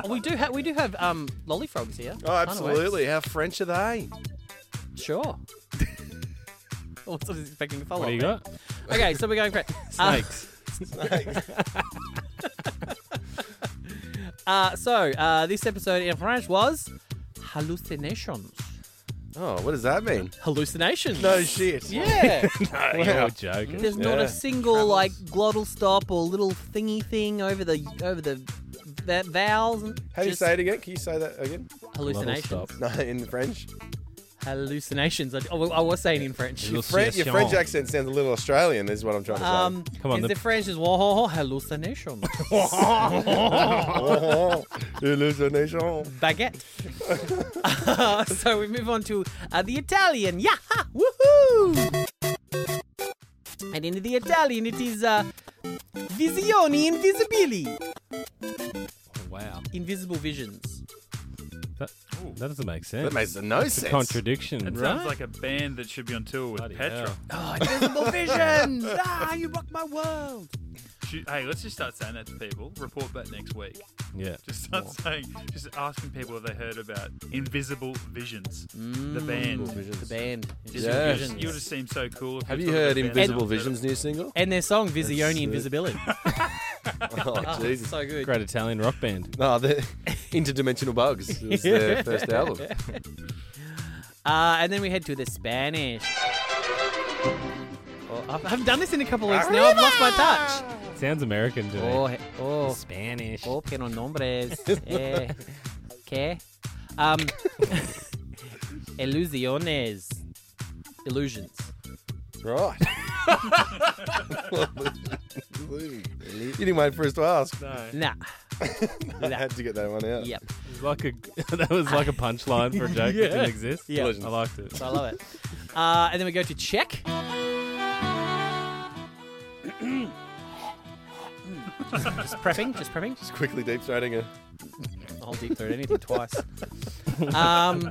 Oh, we do have we do have um lollyfrogs here.
Oh,
Aren't we?
absolutely. How French are they?
Sure. Oh, I was expecting a follow
What do you got?
Okay, so we're going for
Ah.
Snakes.
Uh, uh, so uh, this episode in French was hallucinations.
Oh, what does that mean?
Hallucinations.
No shit.
Yeah.
You're all joking.
There's not
Yeah.
a single like glottal stop or little thingy thing over the over the va- vowels. and
How do you
just
say it again? Can you say that again?
Hallucinations.
stop.
No, in French.
Hallucinations. I, oh, I was saying in French.
Fre- your French accent sounds a little Australian. Is what I'm trying to say.
Um,
Come on,
is the,
the-
French is wah, wah, wah, hallucination.
Oh, hallucination.
Baguette. Uh, so we move on to uh, the Italian. Yeah, woohoo! And in the Italian, it is uh, visioni invisibili,
Wow.
invisible visions.
That, that doesn't make sense.
That makes no sense.
Contradiction.
That sounds like a band that should be on tour with
Bloody
Petra.
hell.
Oh, invisible visions! Ah, you rock my world.
She- hey, let's just start saying that to people. Report back next week.
Yeah.
Just start saying, just asking people if they heard about Invisible Visions, the
Mm.
band.
The band, invisible
Yeah.
visions.
You just seem so cool. If
Have
you
you
thought of
heard
a band
Invisible
that-
Vision's new single?
and their song Visioni
sick.
Invisibility.
Oh, Jesus.
so good.
Great Italian rock band.
No, the Interdimensional Bugs was their first album.
Uh, and then we head to the Spanish. Oh, I've- I haven't done this in a couple of weeks now. I've lost my touch.
Sounds American to me.
Oh, he- oh,
Spanish.
oh, que no nombres. Eh, que? Um, ilusiones. Illusions.
Right. you didn't wait for us to ask.
Nah.
I had to get that one out.
Yep.
It's Like a, that was like a punchline for a joke that didn't exist.
Yeah.
I liked it.
So I love it. Uh, and then we go to Czech. just prepping, just prepping.
Just quickly deep throating a.
I'll deep throat anything twice. Um,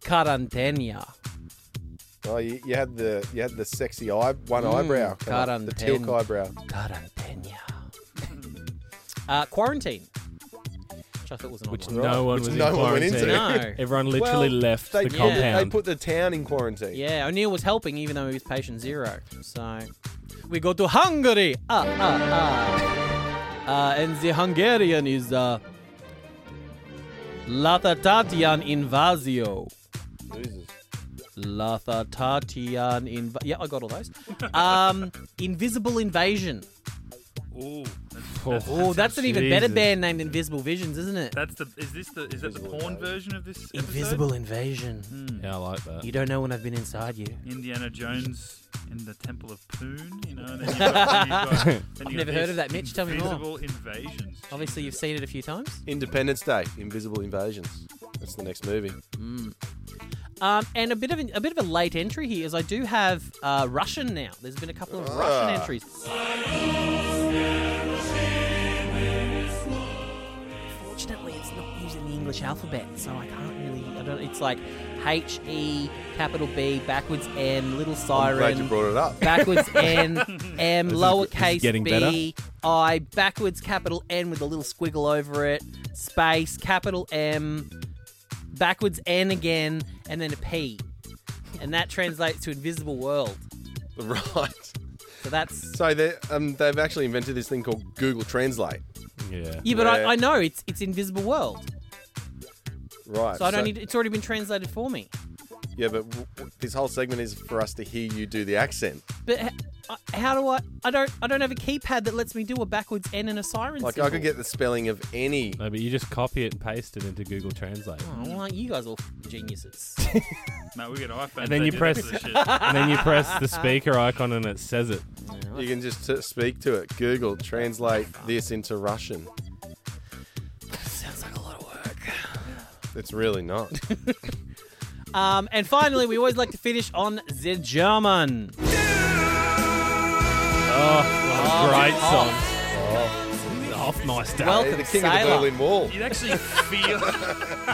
Carantenia.
Oh, you, you had the you had the sexy eye one eyebrow, come
God,
up,
I'm
the
ten.
teal eyebrow.
Carantenia. Uh, quarantine. Which I thought was an
Which
odd one.
no one
Which
was
no
in
one went into.
quarantine.
No.
Everyone literally
Well,
left
they,
the
put
compound.
They put the town in quarantine.
Yeah, O'Neill was helping even though he was patient zero. So we go to Hungary. Ah, ah, ah. Uh, and the Hungarian is uh, Latatatian Invasio.
Jesus.
Lathatatian inv- Yeah, I got all those. Um, Invisible Invasion.
Ooh, that's, that's,
Oh, that's an even better
Jesus.
band named Invisible Visions, isn't it?
that's the. Is this the? Is that the porn version of this? episode?
Invisible Invasion.
Yeah, I like that.
You don't know when I've been inside you.
Indiana Jones in the Temple of Poon, you know. And then you've got, then you've got, then you've
never
got
heard
this
of that, Mitch, tell me more.
Invisible invasions.
Obviously, you've seen it a few times.
Independence Day, Invisible Invasions. That's the next movie.
Um, and a bit of an, a bit of a late entry here is I do have uh, Russian now. There's been a couple of
Ah.
Russian entries. Fortunately, it's not using the English alphabet, so I can't really. I don't. It's like H E capital B backwards N little
I'm glad
siren
you brought it up.
backwards N M
is
lowercase
getting
B
better.
I, backwards capital N with a little squiggle over it, space, capital M, backwards N again, and then a P. And that translates to invisible world.
Right.
So that's.
So they um, they've actually invented this thing called Google Translate.
Yeah.
Yeah, but
Yeah.
I, I know it's it's invisible world,
Right.
so I don't need. It's already been translated for me.
Yeah, but w- w- this whole segment is for us to hear you do the accent.
But h- I- how do I? I don't. I don't have a keypad that lets me do a backwards N and a siren.
Like I
symbol.
could get the spelling of any.
No, but you just copy it and paste it into Google Translate.
Oh, well, aren't you guys all f***ing geniuses?
Mate, we get iPhones.
And then
they
you
do that
press-
sort of shit.
and then you press the speaker icon and it says it.
You can just t- speak to it. Google translate this into Russian.
Sounds like a lot of work.
It's really not.
Um, and finally, we always like to finish on the German.
Oh.
Great song. Off nice day.
Well-
Hey, the king of the
Sailor.
Berlin Wall.
You'd actually feel.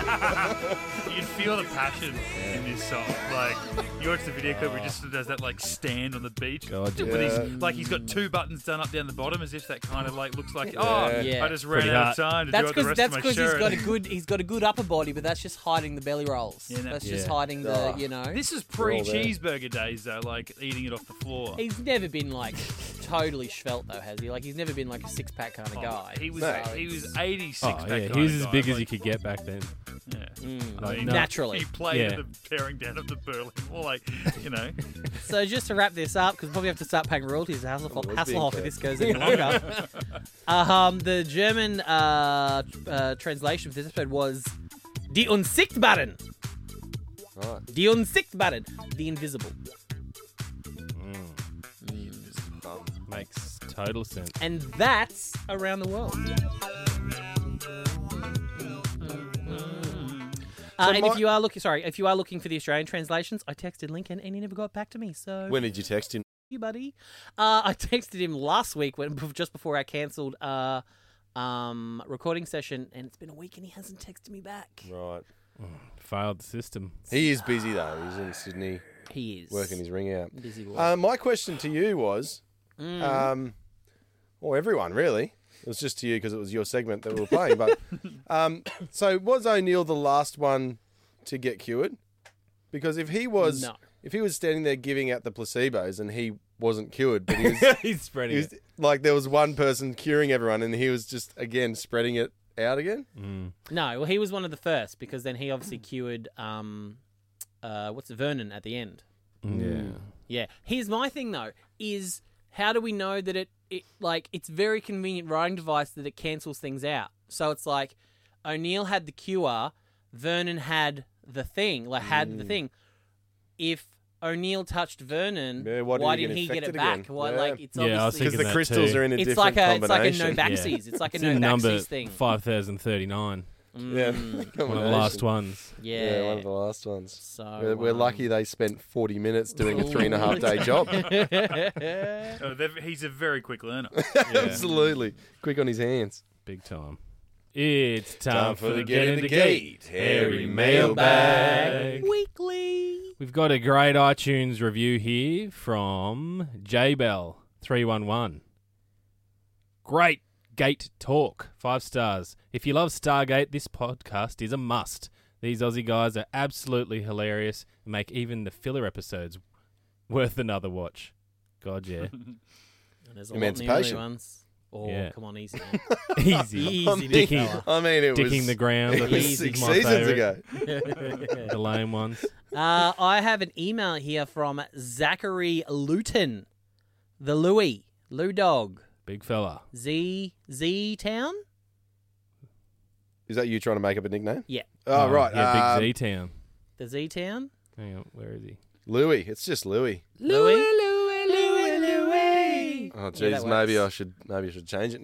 You'd feel the passion in this song. Like you watch the video clip, where he just does that like stand on the beach.
God,
with
yeah.
his, like he's got two buttons done up down the bottom, as if that kind of like looks like oh,
Yeah.
I just ran
Pretty
out of
hard.
time to
That's
do out the
because
rest
that's
of my
because he's
shirt.
got a good he's got a good upper body, but that's just hiding the belly rolls.
Yeah, no-
that's just
Yeah.
hiding the
Oh.
you know.
This is
We're
pre
all there.
cheeseburger days though, like eating it off the floor.
He's never been like totally svelte though, has he? Like he's never been like a six pack kind of
Oh,
guy.
He was
No.
he was 86
Oh,
back
yeah,
then,
he was as
guy,
big
like,
as he could get back then.
yeah.
Like,
mean,
no-
Mm. Naturally.
He played
Yeah.
the tearing down of the Berlin Wall, like you know.
So just to wrap this up, because we'll probably have to start paying royalties to
Oh,
Hasselhoff,
we're being
Hasselhoff if
fair.
this goes any longer. um, the German uh, uh, translation for this episode was "Die Unsichtbaren."
Right.
Die Unsichtbaren, the invisible.
Makes total sense.
And that's around the world. Uh, and
my-
if you are looking, sorry, if you are looking for the Australian translations, I texted Lincoln and he never got back to me. So
When did you text him?
you, buddy. Uh, I texted him last week when just before our cancelled uh, um, recording session, and it's been a week and he hasn't texted me back.
Right.
Failed the system.
He is busy though. He's in Sydney
He is
working his ring out.
busy. boy. Mm.
Uh, my question to you was,
Hmm.
um, or everyone really, it was just to you because it was your segment that we were playing. but um, so was O'Neill the last one to get cured? Because if he was,
No.
if he was standing there giving out the placebos and he wasn't cured, but he was,
He's
he
spreading
was like there was one person curing everyone, and he was just again spreading it out again.
Mm.
No, well, he was one of the first because then he obviously cured um, uh, what's it, Vernon at the end.
Yeah.
Yeah. Here's my thing though: is how do we know that it, it like it's very convenient writing device that it cancels things out? So it's like O'Neill had the cure, Vernon had the thing, like had
Mm.
the thing. If O'Neill touched Vernon,
Yeah, why
why,
did he
didn't he
get
get it
infected
back?
again?
Why,
Yeah.
like it's
Yeah, I was
obviously
Because
thinking
the
that
crystals
too.
are in a
it's
different
like a it's like a
combination.
no backsies. It's like a
It's
no
in number
backsies thing. Mm.
5039.
yeah,
One of the last ones.
Yeah.
Yeah, one of the last ones.
So,
we're, we're
um,
lucky they spent 40 minutes doing a three and a half day job.
Oh, they've- he's a very quick learner.
Absolutely. Quick on his hands.
Big time. It's time, for the get in the
gate,
gate.
hairy
Harry
mailbag.
Weekly.
We've got a great iTunes review here from JBell311. Great gate talk. Five stars. If you love Stargate, this podcast is a must. These Aussie guys are absolutely hilarious and make even the filler episodes worth another watch. God, yeah.
And there's a lot of new
Emancipation.
ones. Oh,
Yeah.
come on, easy. man.
Easy.
easy, big
Dickie.
fella.
I mean, it was,
Dicking the ground. I
it
think
was
Easy.
is
six
my
seasons
favourite.
ago.
The lame ones.
Uh, I have an email here from Zachary Luton, the Louie, Lou Dog,
Big fella.
Z Z Town.
Is that you trying to make up a nickname?
Yeah,
Oh, right.
Yeah,
um,
Big Z Town.
the Z Town.
Hang on, where is he?
Louis. It's just Louis.
Louie, Louie, Louie, Louie.
Oh,
Yeah,
jeez.
that
maybe I
works.
should maybe I should change it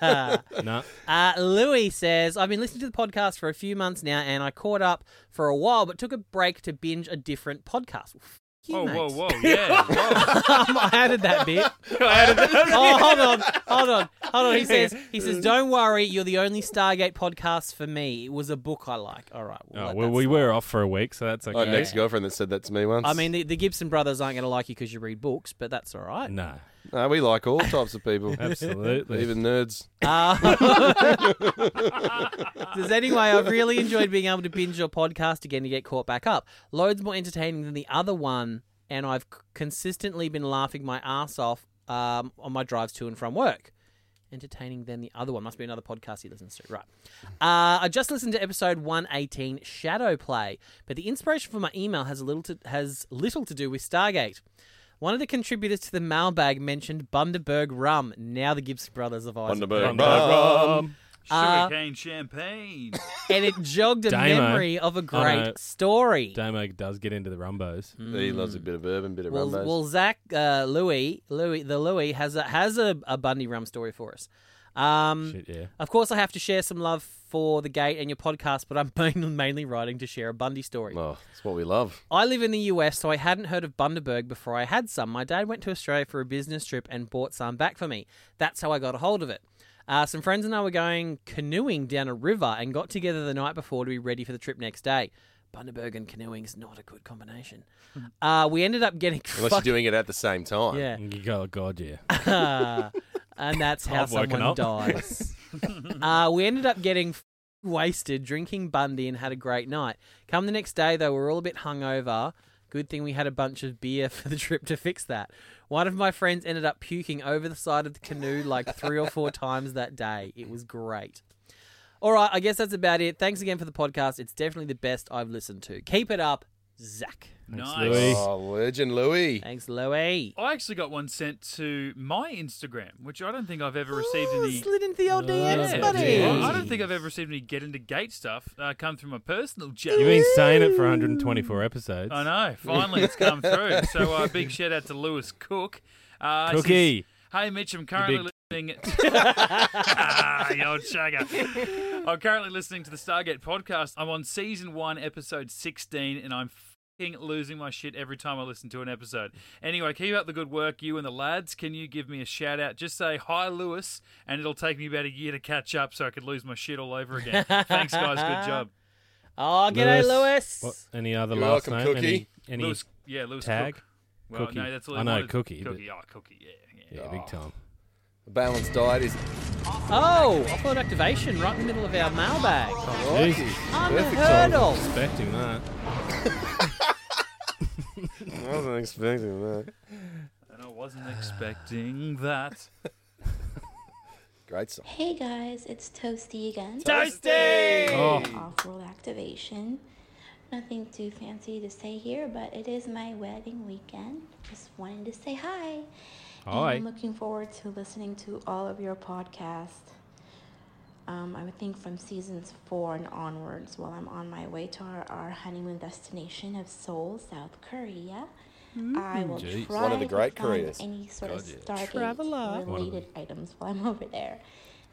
now.
No.
Uh, Louis says, I've been listening to the podcast for a few months now, and I caught up for a while, but took a break to binge a different podcast. Well, f- you,
Oh,
Whoa,
mate.
whoa, whoa! Yeah, whoa.
um, I added that bit. oh, hold on, hold on, hold on. He says, he says, don't worry, you're the only Stargate podcast for me. It was a book I like. All right. we'll
Oh,
let
well,
that
we
slide.
were off for a week, so that's
My
okay.
next girlfriend that said that to me once.
I mean, the, the Gibson brothers aren't going to like you because you read books, but that's all right.
No.
No, Uh, we like all types of people,
Absolutely.
even nerds.
Uh, Does anyway, I've really enjoyed being able to binge your podcast again to get caught back up. Loads more entertaining than the other one, and I've c- consistently been laughing my ass off um, on my drives to and from work. Entertaining than the other one. Must be another podcast he listens to. Right. Uh, I just listened to episode 118, Shadow Play, but the inspiration for my email has a little to, has little to do with Stargate. One of the contributors to the mailbag mentioned Bundaberg rum, now the Gibson brothers of Isaac.
Bundaberg.
Rum.
Sugarcane champagne.
and it jogged a
Damo.
memory of a great
Oh, no.
story.
Damo does get into the rumbos.
He loves
Mm.
a bit of bourbon, bit of Oh,
Well,
rumbos.
well, Zach uh, Louis, Louis, the Louis has a has a, a Bundy rum story for us. Um,
Shit, yeah.
Of course, I have to share some love for the gate and your podcast, but I'm mainly, mainly writing to share a Bundy story.
oh, that's what we love.
I live in the US, so I hadn't heard of Bundaberg before I had some. My dad went to Australia for a business trip and bought some back for me. That's how I got a hold of it. Uh, some friends and I were going canoeing down a river and got together the night before to be ready for the trip next day. Bundaberg and canoeing's not a good combination. Uh, we ended up getting
Unless
fuck-
you're doing it at the same time.
yeah,
You Mm, go, God, yeah.
and that's how
I've woken
someone
up.
dies. uh, we ended up getting f- wasted, drinking Bundy, and had a great night. Come the next day, though, we were all a bit hungover. Good thing we had a bunch of beer for the trip to fix that. One of my friends ended up puking over the side of the canoe like three or four times that day. It was great. All right, I guess that's about it. Thanks again for the podcast. It's definitely the best I've listened to. Keep it up, Zach.
nice.
Louis.
Oh, legend Louis.
Thanks, Louie.
I actually got one sent to my Instagram, which I don't think I've ever received any.
slid into the old DMs,
Yeah.
buddy.
Well, I don't think I've ever received any get into gate stuff uh, come through my personal chat.
You've been saying it for 124 episodes.
I know. Finally, it's come through. So, uh, big shout out to Lewis Cook. Uh, says,
Cookie.
hey, Mitch, I'm currently listening. ah, you old shagger. I'm currently listening to the Stargate podcast. I'm on season one, episode 16, and I'm fing losing my shit every time I listen to an episode. Anyway, keep up the good work, you and the lads. Can you give me a shout out? Just say hi, Lewis, and it'll take me about a year to catch up so I could lose my shit all over again. Thanks, guys. Good job.
Oh, g'day, Lewis.
What, any other
You're
last
welcome,
name?
Cookie.
Any, any
Lewis, yeah, Lewis
tag?
Cook. Well,
Cookie.
no, that's all
I
he
know,
wanted.
Cookie, but-
Cookie, oh, cookie, yeah, yeah.
Yeah,
Oh.
big time.
A balanced diet is
Oh, offload activation right in the middle of our mailbag.
Jesus,
Unheard of.
expecting that.
I wasn't expecting that.
And I wasn't expecting that.
Great song.
Hey guys, it's Toasty again.
Oh,
Off world activation. Nothing too fancy to say here, but it is my wedding weekend. Just wanted to say hi.
Hi.
And I'm looking forward to listening to all of your podcasts. Um, I would think from seasons four and onwards while I'm on my way to our, our honeymoon destination of Seoul, South Korea. I
Hmm.
will
Jeez.
try
One of the great
to find
Koreas.
any sort of
God, yeah.
Stargate
Travel up.
related items while I'm over there.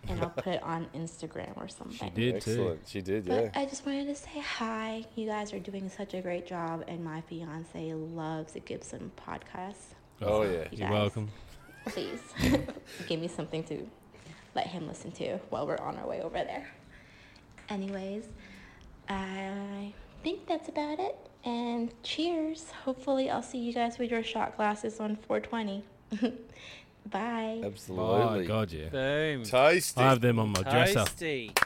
And I'll put it on Instagram or something.
she did too.
Excellent. She did, yeah.
But I just wanted to say hi. You guys are doing such a great job, and my fiance loves the Gibson podcast.
Oh, yeah.
You're
guys.
welcome.
Please give me something to let him listen to while we're on our way over there. Anyways, I think that's about it. And cheers. Hopefully, I'll see you guys with your shot glasses on 420. Bye.
Oh,
Absolutely.
God, yeah.
Boom.
Tasty.
I have them on my dresser.
Toasty.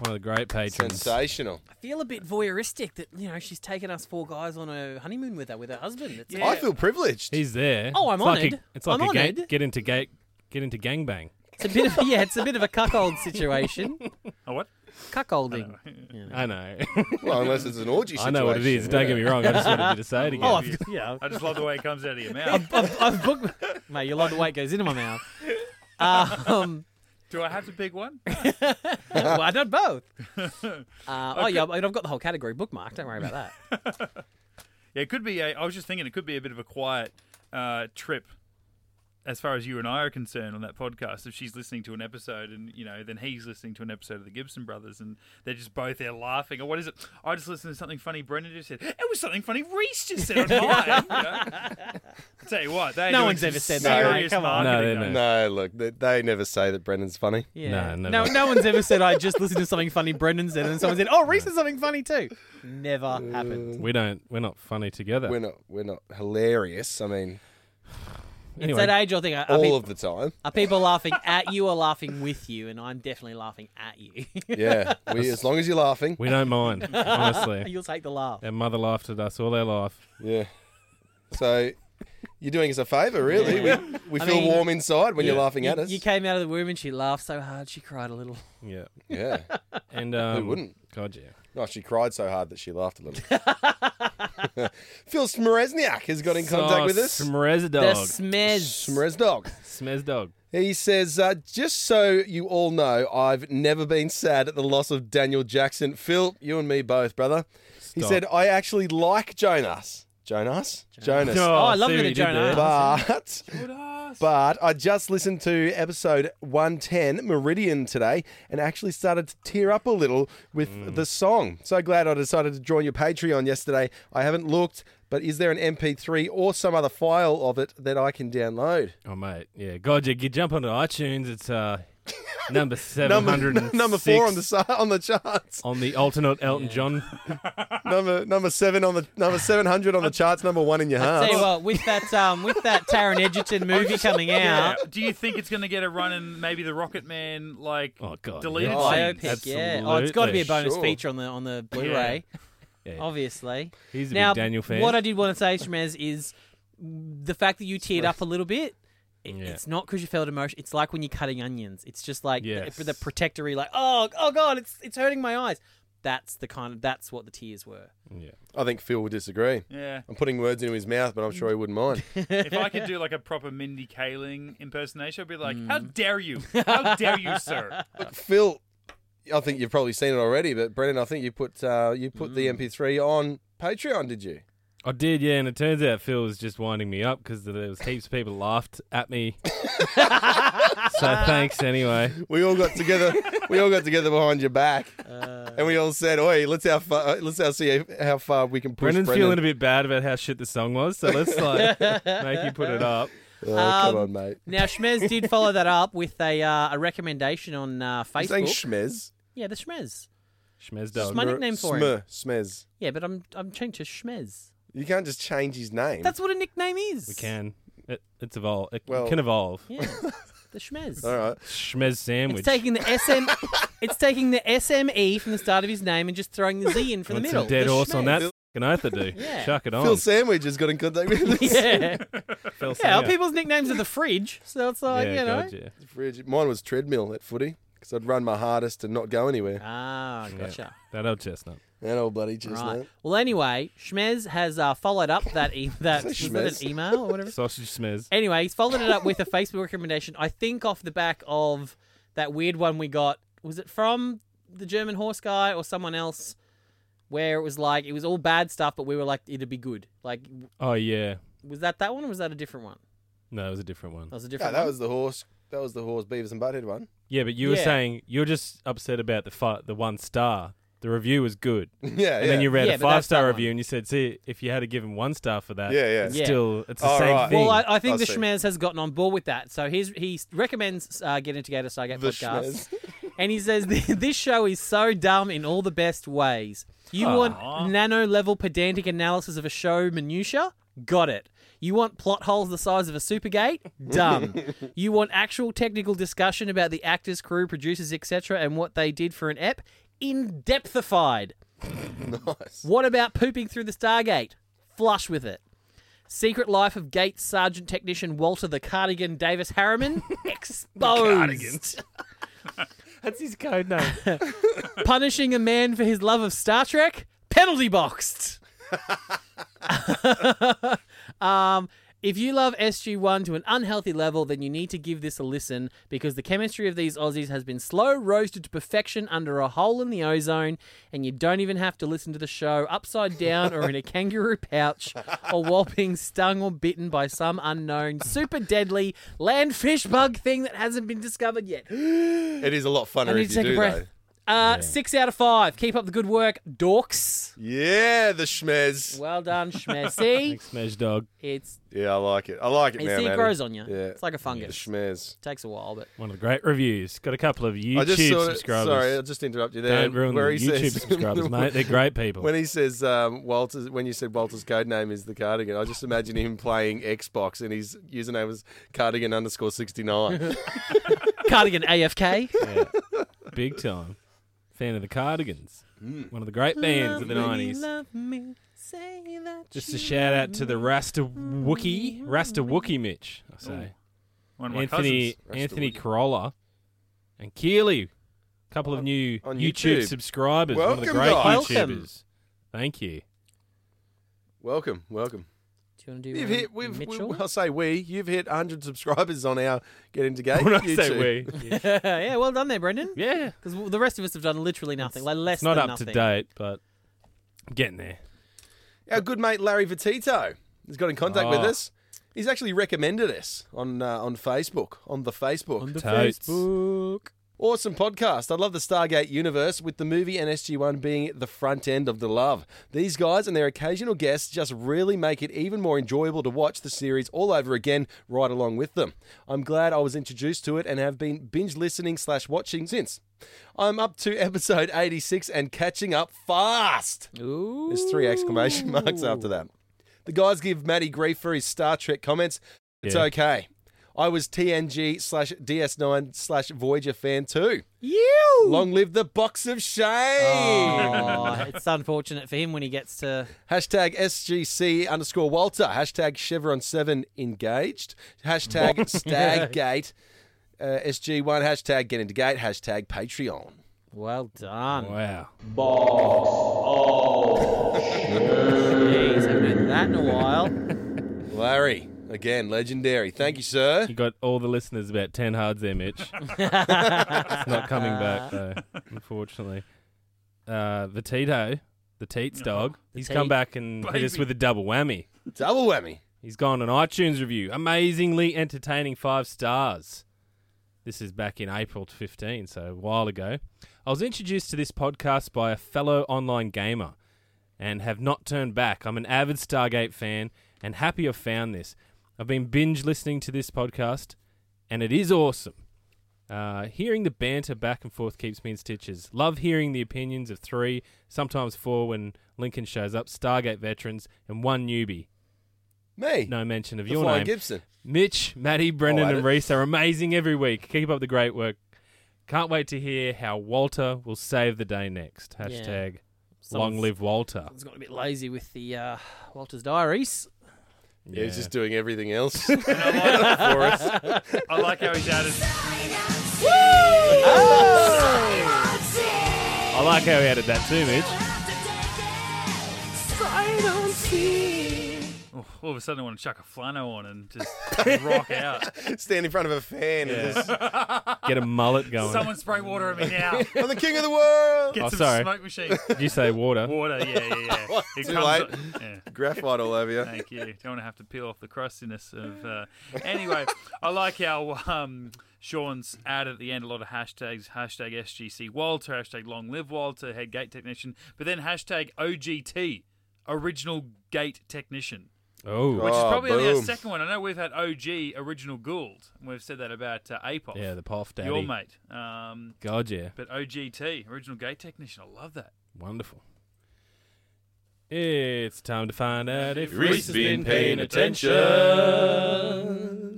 One of the great patrons.
Sensational.
I feel a bit voyeuristic that, you know, she's taken us four guys on a honeymoon with her, with her husband. It's
Yeah.
I feel privileged.
He's there.
Oh, I'm
it's like
honoured.
A, it's like
I'm
a ga-
honoured.
get into gate, get into gangbang.
it's a bit of, yeah, it's a bit of a cuckold situation.
Oh, what?
Cuckolding.
I know.
Well, unless it's an orgy
I
situation.
know what it is. Don't get me wrong. I just wanted you to say it again.
Oh, I've, yeah.
I just love the way it comes out of your mouth.
I've, I've booked. Mate, you love the way it goes into my mouth. Um,
Do I have to pick one?
well, I done both. Uh, oh, yeah, I've got the whole category bookmarked. Don't worry about that.
Yeah, it could be a. I was just thinking it could be a bit of a quiet uh, trip, as far as you and I are concerned on that podcast. If she's listening to an episode, and you know, then he's listening to an episode of the Gibson Brothers, and they're just both there laughing. Or what is it? I just listened to something funny. Brendan just said it was something funny. Reese just said on mine. you know? I tell you what, they
No one's ever said that, mate.
Serious
Come on.
No,
marketing
they're
on
not.
No, look, they, they never say that Brendan's funny.
Yeah.
No,
no,
never.
no one's ever said I just listened to something funny Brendan said, and someone said, "Oh, Reese said something funny too." Never
Uh,
happened.
We don't. We're not funny together.
We're not, we're not hilarious. I mean,
Anyway.
It's that age old thing. Are, are,
all
peop-
of the time.
are people laughing at you or laughing with you? And I'm definitely laughing at you.
Yeah, we, as long as you're laughing.
We don't mind, honestly.
You'll take the laugh.
Their mother laughed at us all their life.
Yeah. So you're doing us a favour, really. We, we
I
feel
mean,
warm inside when you're laughing
You,
at us.
you came out of the womb and she laughed so hard she cried a little.
Yeah.
yeah.
And um,
wouldn't?
God, yeah.
No, she cried so hard that she laughed a little. Phil Smrezniak has got in contact
Oh,
with us.
Smrez
The
dog.
smes.
Smrez dog.
Smrez dog.
He says, uh, just so you all know, I've never been sad at the loss of Daniel Jackson. Phil, you and me both, brother. He
Stop.
said, I actually like Jonas. Jonas? Jonas.
No,
Oh, I love
see
it
what
in
you did
Jonah.
there.
But, but I just listened to episode 110, Meridian, today, and actually started to tear up a little with the song. So glad I decided to join your Patreon yesterday. I haven't looked, but is there an MP3 or some other file of it that I can download?
Oh, mate. Yeah. God, yeah. You jump onto iTunes. It's uh,
Number,
number 706.
number four on the si- on the charts.
on the alternate Elton John.
number number seven on the number seven hundred on the charts. Number one in your heart.
Tell you what, with that um, with that Taron Egerton movie coming
Yeah.
out,
Do you think it's going to get a run in maybe the Rocket Man like
Oh, God,
deleted
yeah.
scenes?
biopic, yeah. Oh, it's got to be a bonus
Sure.
feature on the on the Blu-ray,
Yeah.
obviously.
He's a
now,
big Daniel fan.
what I did want to say, Shmez, is the fact that you teared up a little bit. it-
Yeah.
It's not because you felt emotion. It's like when you're cutting onions. It's just like
Yes.
the, the protectory, like oh, oh god, it's it's hurting my eyes. That's the kind of that's what the tears were.
yeah.
I think Phil would disagree.
Yeah.
I'm putting words into his mouth, but I'm sure he wouldn't mind.
If I could do like a proper Mindy Kaling impersonation, I'd be like, "How
Mm.
dare you? How dare you, sir?"
Phil, I think you've probably seen it already, but Brendan, I think you put uh, you put
Mm.
the MP3 on Patreon, did you?
I did, yeah, and it turns out Phil was just winding me up because there was heaps of people laughed at me. so thanks anyway.
We all got together. we all got together behind your back,
Uh.
and we all said, "Oi, let's how far, let's how see how far we can push."
Brendan's
Brendan.
feeling a bit bad about how shit the song was, so let's like make you put it up.
Oh, come
Um,
on, mate.
Now Shmez did follow that up with a uh, a recommendation on uh,
He's saying
Facebook.
Schmez.
yeah, the Shmez.
Schmez
It's
dog.
my nickname for him.
Smir- Smez.
Yeah, but I'm I'm changed to Schmez.
You can't just change his name.
That's what a nickname is.
We can. It, it's evolve. It
Well-
can evolve.
Yeah, the Schmez.
all right.
Schmez sandwich.
It's taking the SM. it's taking the SME from the start of his name and just throwing the Z in from
Want
the
some
middle.
dead
The
horse on that.
Schmez.
Fucking oath I do.
Yeah.
Chuck it on.
Phil Sandwich has got in contact with us.
Yeah,
Phil
yeah.
Sandwich.
Our people's nicknames are the fridge, so it's like
yeah,
you know.
God, yeah.
Fridge. Mine was treadmill at footy because I'd run my hardest and not go anywhere.
Ah,
Yeah.
gotcha.
That old chestnut.
That old bloody just
Right. Well, anyway, Schmez has uh, followed up that e- that, was
Schmez?
that an email or whatever.
Sausage Schmez.
Anyway, he's followed it up with a Facebook recommendation. I think off the back of that weird one we got. Was it from the German horse guy or someone else? Where it was like it was all bad stuff, but we were like it'd be good. Like,
Oh yeah.
was that that one or was that a different one?
No, it was a different one.
That was a
Yeah,
different.
that
one?
was the horse. That was the horse Beavers and Butthead one.
Yeah, but you were
Yeah.
saying you're just upset about the fi- the one star. The review was good.
yeah, yeah.
And then you read
Yeah,
a
but that's
five star
that
review
one.
and you said, see, if you had to give him one star for that,
Yeah, yeah.
it's
Yeah.
still, it's the
Oh,
same
right.
thing.
Well, I, I think
I
the
see.
Schmez has gotten on board with that. So he's, he recommends uh, Getting Together Stargate
the
podcast.
Schmez.
And he says, This show is so dumb in all the best ways. You want nano level pedantic analysis of a show minutia? Got it. You want plot holes the size of a supergate? Dumb. you want actual technical discussion about the actors, crew, producers, etc., and what they did for an ep? In depthified.
Nice.
What about pooping through the Stargate? Flush with it. Secret Life of Gates Sergeant Technician Walter the Cardigan Davis Harriman exposed.
That's his code name.
Punishing a man for his love of Star Trek penalty boxed. um, if you love SG1 to an unhealthy level, then you need to give this a listen because the chemistry of these Aussies has been slow roasted to perfection under a hole in the ozone, and you don't even have to listen to the show upside down or in a kangaroo pouch or while being stung or bitten by some unknown super deadly land fish bug thing that hasn't been discovered yet.
it is a lot funner
I need
if
to
you
take
do
a breath.
though.
Uh, Six out of five. Keep up the good work, dorks.
Yeah, the schmez.
Well done, Schmezzy.
Thanks, Mej Dog.
it's
yeah, I like it. I like it
it,
now,
see, it
Maddie.
grows on you.
Yeah.
It's like a
the
fungus.
schmez.
Takes a while, but
One of the great reviews. Got a couple of
I just
YouTube
saw it-
subscribers.
Sorry, I'll just interrupt you there.
Don't ruin the
where he
YouTube
says-
subscribers, mate. They're great people.
When he says um, Walter's, when you said Walter's code name is the Cardigan, I just imagine him playing Xbox and his username was Cardigan underscore sixty nine.
cardigan AFK.
Yeah. Big time. Fan of the Cardigans.
Mm.
One of the great bands of the
Love me,
90s.
love me, say that
Just
you
a shout
love
out to the
me.
Rasta Wookie, Rasta Wookie Mitch, I say.
One of my
Anthony
cousins.
Rasta
Anthony
Wookie.
Carolla and Keely. A couple of new
on
YouTube,
YouTube.
subscribers. one of the
Welcome,
great
guys.
Welcome.
YouTubers. Thank you.
welcome, welcome.
Do you want to do
You've
one,
hit, we've, we,
Mitchell?
I'll say we. You've hit hundred subscribers on our Get Into Gate.
When I say
YouTube.
we.
yeah, well done there, Brendan.
Yeah.
Because the rest of us have done literally nothing, like less
It's not
than
up
nothing.
to date, but getting there.
Our good mate Larry Vitito has got in contact with
Oh.
us. He's actually recommended us on uh, on Facebook, on the Facebook.
On the
Totes.
Facebook.
Awesome podcast. I love the Stargate universe, with the movie and SG1 being the front end of the love. These guys and their occasional guests just really make it even more enjoyable to watch the series all over again, right along with them. I'm glad I was introduced to it and have been binge listening slash watching since. I'm up to episode 86 and catching up fast.
Ooh.
There's three exclamation marks after that. The guys give Matty grief for his Star Trek comments. It's
Yeah.
okay. I was TNG slash DS9 slash Voyager fan too.
You.
Long live the box of shame.
Oh, it's unfortunate for him when he gets to.
Hashtag SGC underscore Walter. Hashtag Chevron7 engaged. Hashtag Staggate. Uh, SG1. Hashtag get into gate. Hashtag Patreon.
Well done.
Wow.
Jeez, haven't heard that in a while.
Larry, again, legendary. Thank you, sir.
You got all the listeners about 10 hards there, Mitch. it's not coming back, though, unfortunately. Uh, Vitito, the Teats dog, he's come
teat.
back and hit us
Baby.
with a double whammy.
Double whammy.
He's gone an iTunes review. Amazingly entertaining five stars. This is back in April 15, so a while ago. I was introduced to this podcast by a fellow online gamer and have not turned back. I'm an avid Stargate fan and happy I've found this. I've been binge listening to this podcast and it is awesome. Uh, hearing the banter back and forth keeps me in stitches. Love hearing the opinions of three, sometimes four when Lincoln shows up, Stargate veterans, and one newbie
Me.
no mention of
the
your
Flying
name.
Gibson.
Mitch, Maddie,
I'll
Brendan,
add
and
it.
Reese are amazing every week. Keep up the great work. Can't wait to hear how Walter will save the day next. Hashtag long
Someone's-
live Walter.
He's got a bit lazy with the uh, Walter's diaries.
Yeah, he's just doing everything else.
I like how he's added.
Oh!
I like how he added that too, Mitch.
Oh, all of a sudden, I want to chuck a flannel on and just rock out.
Stand in front of a fan. and just,
Get a mullet going.
Someone spray water on me now.
I'm the king of the world.
Get
Oh,
some
sorry.
smoke machine
Did you say water?
water. Yeah, yeah, yeah. It
Too
comes
late.
on- yeah.
Graphite all over you.
Thank you. Don't want to have to peel off the crustiness of. Uh... Anyway, I like how um, Sean's added at the end a lot of hashtags: hashtag SGC Walter, hashtag Long Live Walter, Head Gate Technician, but then hashtag OGT, Original Gate Technician,
Oh,
which is
Oh,
probably only our
boom.
second one. I know we've had OG Original Gould, and we've said that about uh, Apoff,
yeah, the Poff Daddy.
your mate. Um,
God, yeah.
but OGT, Original Gate Technician, I love that.
Wonderful. It's time to find out if
Reese
Reese's
has
been
been
paying
paying
attention.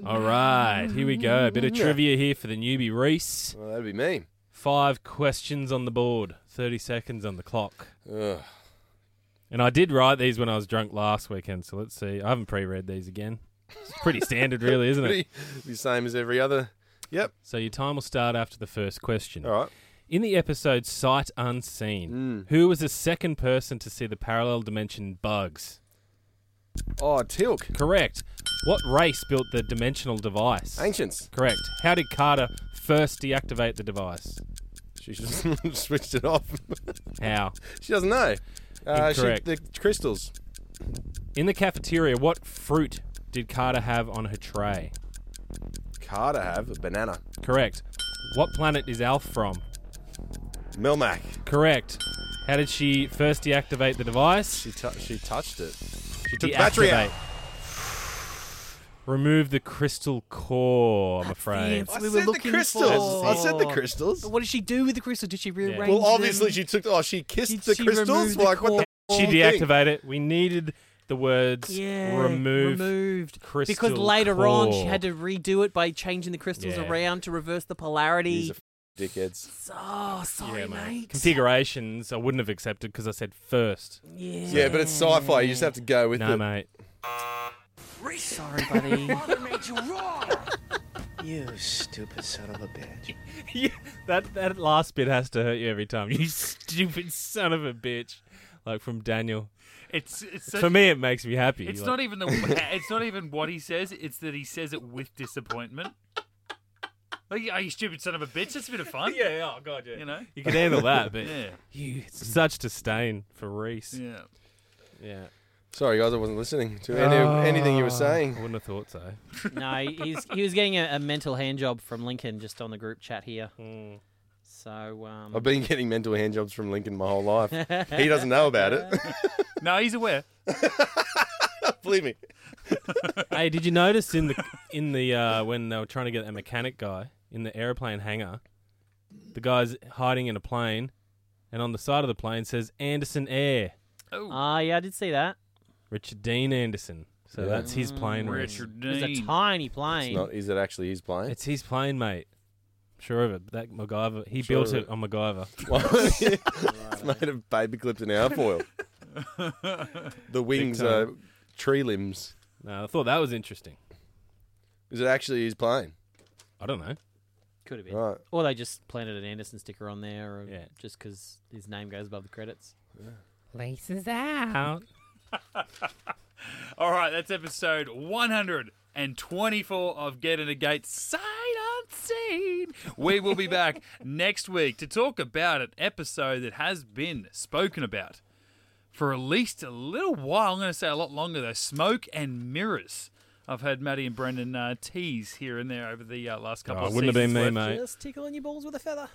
All right, here we go. A bit of trivia here for the newbie Reese.
Well, that'd be me.
Five questions on the board, 30 seconds on the clock.
Ugh.
And I did write these when I was drunk last weekend, so let's see. I haven't pre read these again. It's pretty standard, really, isn't it?
Pretty the same as every other. Yep.
So your time will start after the first question.
All right. Mm.
In the episode Sight Unseen, who was the second person to see the parallel dimension bugs?
Oh, Tilk.
Correct. What race built the dimensional device?
Ancients.
Correct. How did Carter first deactivate the device?
She just switched it off.
How?
she doesn't know. Uh, she-
Incorrect.
the crystals.
In the cafeteria, what fruit did Carter have on her tray?
Carter have a banana.
Correct. What planet is Alf from?
Melmac.
Correct. How did she first deactivate the device?
She, tou she touched it. She took the battery
Deactivate.
out.
Remove the crystal core. I'm afraid.
That's
I
we were
said the
looking
crystals.
for.
I said the crystals.
But what did she do with the crystal? Did she rearrange
Well,
Well, obviously
them?
she took. Oh, she kissed
Did
the
she
crystals.
remove the
like what the?
core?
She
thing?
deactivated it. We needed the words
yeah,
remove.
removed
crystal
because later on she
core.
had to redo it by changing the crystals
Yeah.
around to reverse the polarity.
These are f- dickheads.
oh, sorry,
Yeah, mate.
mate.
Configurations I wouldn't have accepted because I said first.
yeah.
Yeah, but it's sci-fi. You just have to go with
No,
it.
mate.
sorry, buddy.
You stupid son of a bitch.
Yeah, that that last bit has to hurt you every time. You stupid son of a bitch. Like from Daniel.
It's it's such,
For me, it makes me happy.
It's
Like,
not even the it's not even what he says. It's that he says it with disappointment. Like, are you stupid son of a bitch? That's a bit of fun.
Yeah. Oh god. Yeah.
You know?
You can handle that, but
Yeah.
you such disdain for Reese.
Yeah.
Yeah.
Sorry, guys, I wasn't listening to any, anything
Oh.
you were
I
saying.
wouldn't have thought so.
no, he's, he was getting a, a mental hand job from Lincoln just on the group chat here.
Mm.
So, um,
I've been getting mental handjobs from Lincoln my whole life. he doesn't know about it.
No, he's aware.
Believe me.
hey, did you notice in the in the uh, when they were trying to get that mechanic guy in the airplane hangar, the guy's hiding in a plane, and on the side of the plane says Anderson Air,
Oh,
ah, yeah, I did see that.
Richard Dean Anderson. So that's his plane. Reese.
Mm, Richard
It was a
Dean.
tiny plane.
It's not, is it actually his plane?
It's his plane, mate. Sure of it. That MacGyver, he
Sure
built
of
it
it.
on MacGyver.
it's made of paper clips and alfoil. the wings are
time.
tree limbs.
No, I thought that was interesting.
Is it actually his plane?
I don't know.
Could have been.
Right.
Or they just planted an Anderson sticker on there, or
Yeah.
just because his name goes above the credits.
Laces out.
All right, that's episode 124 of Get in a Gate Sight Unseen. We will be back next week to talk about an episode that has been spoken about for at least a little while. I'm going to say a lot longer though. Smoke and mirrors. I've heard Maddie and Brendan uh, tease here and there over the uh, last couple
Oh,
of
wouldn't have been
seasons
me,
left.
mate.
Just tickling your balls with a feather.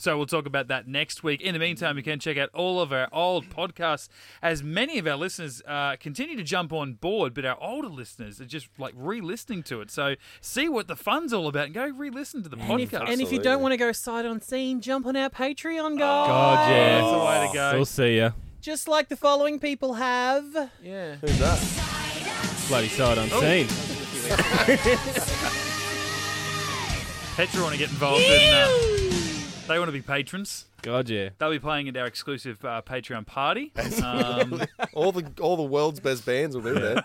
So we'll talk about that next week. In the meantime, you can check out all of our old podcasts as many of our listeners uh, continue to jump on board, but our older listeners are just like re listening to it. So see what the fun's all about and go re listen to the
And if,
podcast.
and if you
Absolutely.
don't want to go sight unseen, jump on our Patreon, guys.
God, yeah.
Oh. That's the way to go.
We'll see ya.
Just like the following people have.
yeah.
Who's that?
Bloody side unseen.
Petra want to get involved in uh, They want to be patrons.
God, yeah.
They'll be playing at our exclusive uh, Patreon party. Um,
All the all the world's best bands will be there.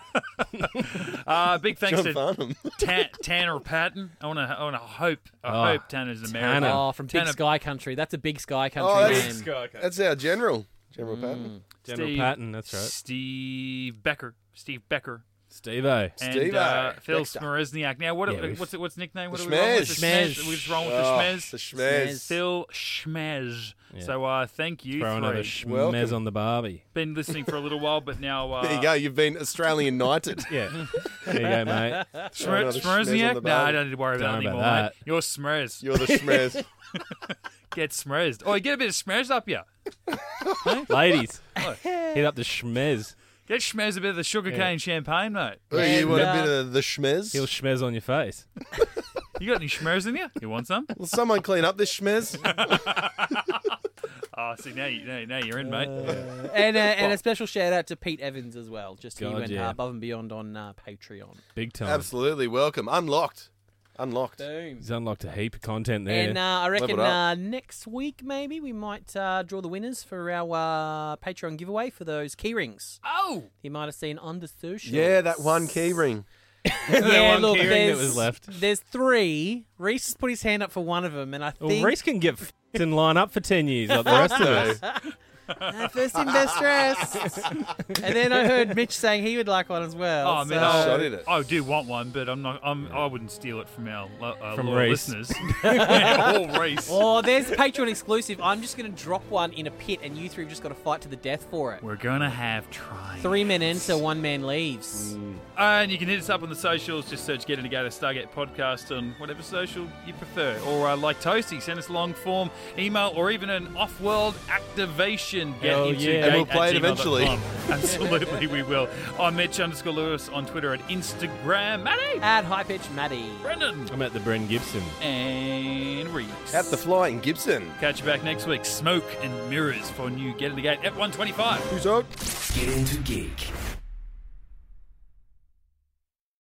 uh, big thanks to
John Farnham.
Ta- Tanner Patton. I want to. I want to hope. I
Oh,
hope Tanner's an
Tanner.
American.
Oh, from Big
Tanner-
Sky Country. That's a Big Sky Country
Oh,
name.
that's, that's our general.
Mm.
General Patton.
General
Steve-
Patton, that's right.
Steve Becker. Steve Becker.
Steve O.
And
Steve-o.
uh, Phil
Dexter.
Smerezniak. Now, what,
Yeah, we've-
what's, it, what's the nickname? What
The
are we wrong with? The
Schmez.
Schmez. Are we just wrong with the
Oh,
Schmez?
the Schmez.
Phil Schmez.
Yeah.
So uh, thank you
Throw another
three.
schmez
Welcome.
on the Barbie.
Been listening for a little while, but now uh,
There you go. You've been Australian knighted.
Yeah. there you go, mate.
Schmer-
Another Schmez on
Schmerezniak?
the
No, I
barbie.
don't need to worry about
Don't
that
worry
anymore,
about
mate.
that.
You're Schmerez.
You're the Schmez.
Get Schmerezed. Oh, you get a bit of Schmerz up here.
Ladies, hit up the schmez.
Get Schmerz a bit of the sugarcane champagne, mate.
Oh, you want a
And, uh,
bit of the Schmez?
He'll schmez on your face.
You got any Schmerz in you? You want some?
Will someone clean up this Schmez?
Oh, see, now, you, now, now you're in, mate.
and, uh, and a special shout out to Pete Evans as well. Just he
God,
went uh,
yeah.
above and beyond on uh, Patreon.
Big time.
Absolutely. Welcome. Unlocked. Unlocked.
Boom.
He's unlocked a heap of content there.
And uh, I reckon
Leveled up.
uh, next week maybe we might uh, draw the winners for our uh, Patreon giveaway for those key rings.
Oh!
You might have seen on the social.
Yeah, that one key ring.
yeah,
one
look,
key ring that
there's,
was left.
There's three. Reese has put his hand up for one of them, and I
well,
think
Reese can get f***ed and line up for 10 years like the rest of us.
Uh, first in best dressed. and then I heard Mitch saying he would like one as well.
Oh, I mean,
so-
I,
Shot in it.
I do want one, but I'm not. I'm, I wouldn't steal it from our lo- uh,
From
loyal
Reese.
listeners. yeah, all Reese.
Oh, there's Patreon exclusive. I'm just going to drop one in a pit, and you three have just got to fight to the death for it.
We're gonna have try.
Three men enter, one man leaves.
Uh, And you can hit us up on the socials. Just search Get In Together Stargate Podcast on whatever social you prefer. Or uh, like Toasty, send us a long form email or even an off world activation. Get
Hell
into
yeah.
gate
And
we'll play
at
it eventually.
gmail.com. Absolutely, we will. I'm Mitch underscore Lewis on Twitter at Instagram. Matty,
Add high pitch Maddie.
Brendan,
I'm at the Bren Gibson.
and Reese.
At the flying Gibson.
Catch you back next week. Smoke and mirrors for new Get in the Gate at 125.
Who's up?
Get into geek.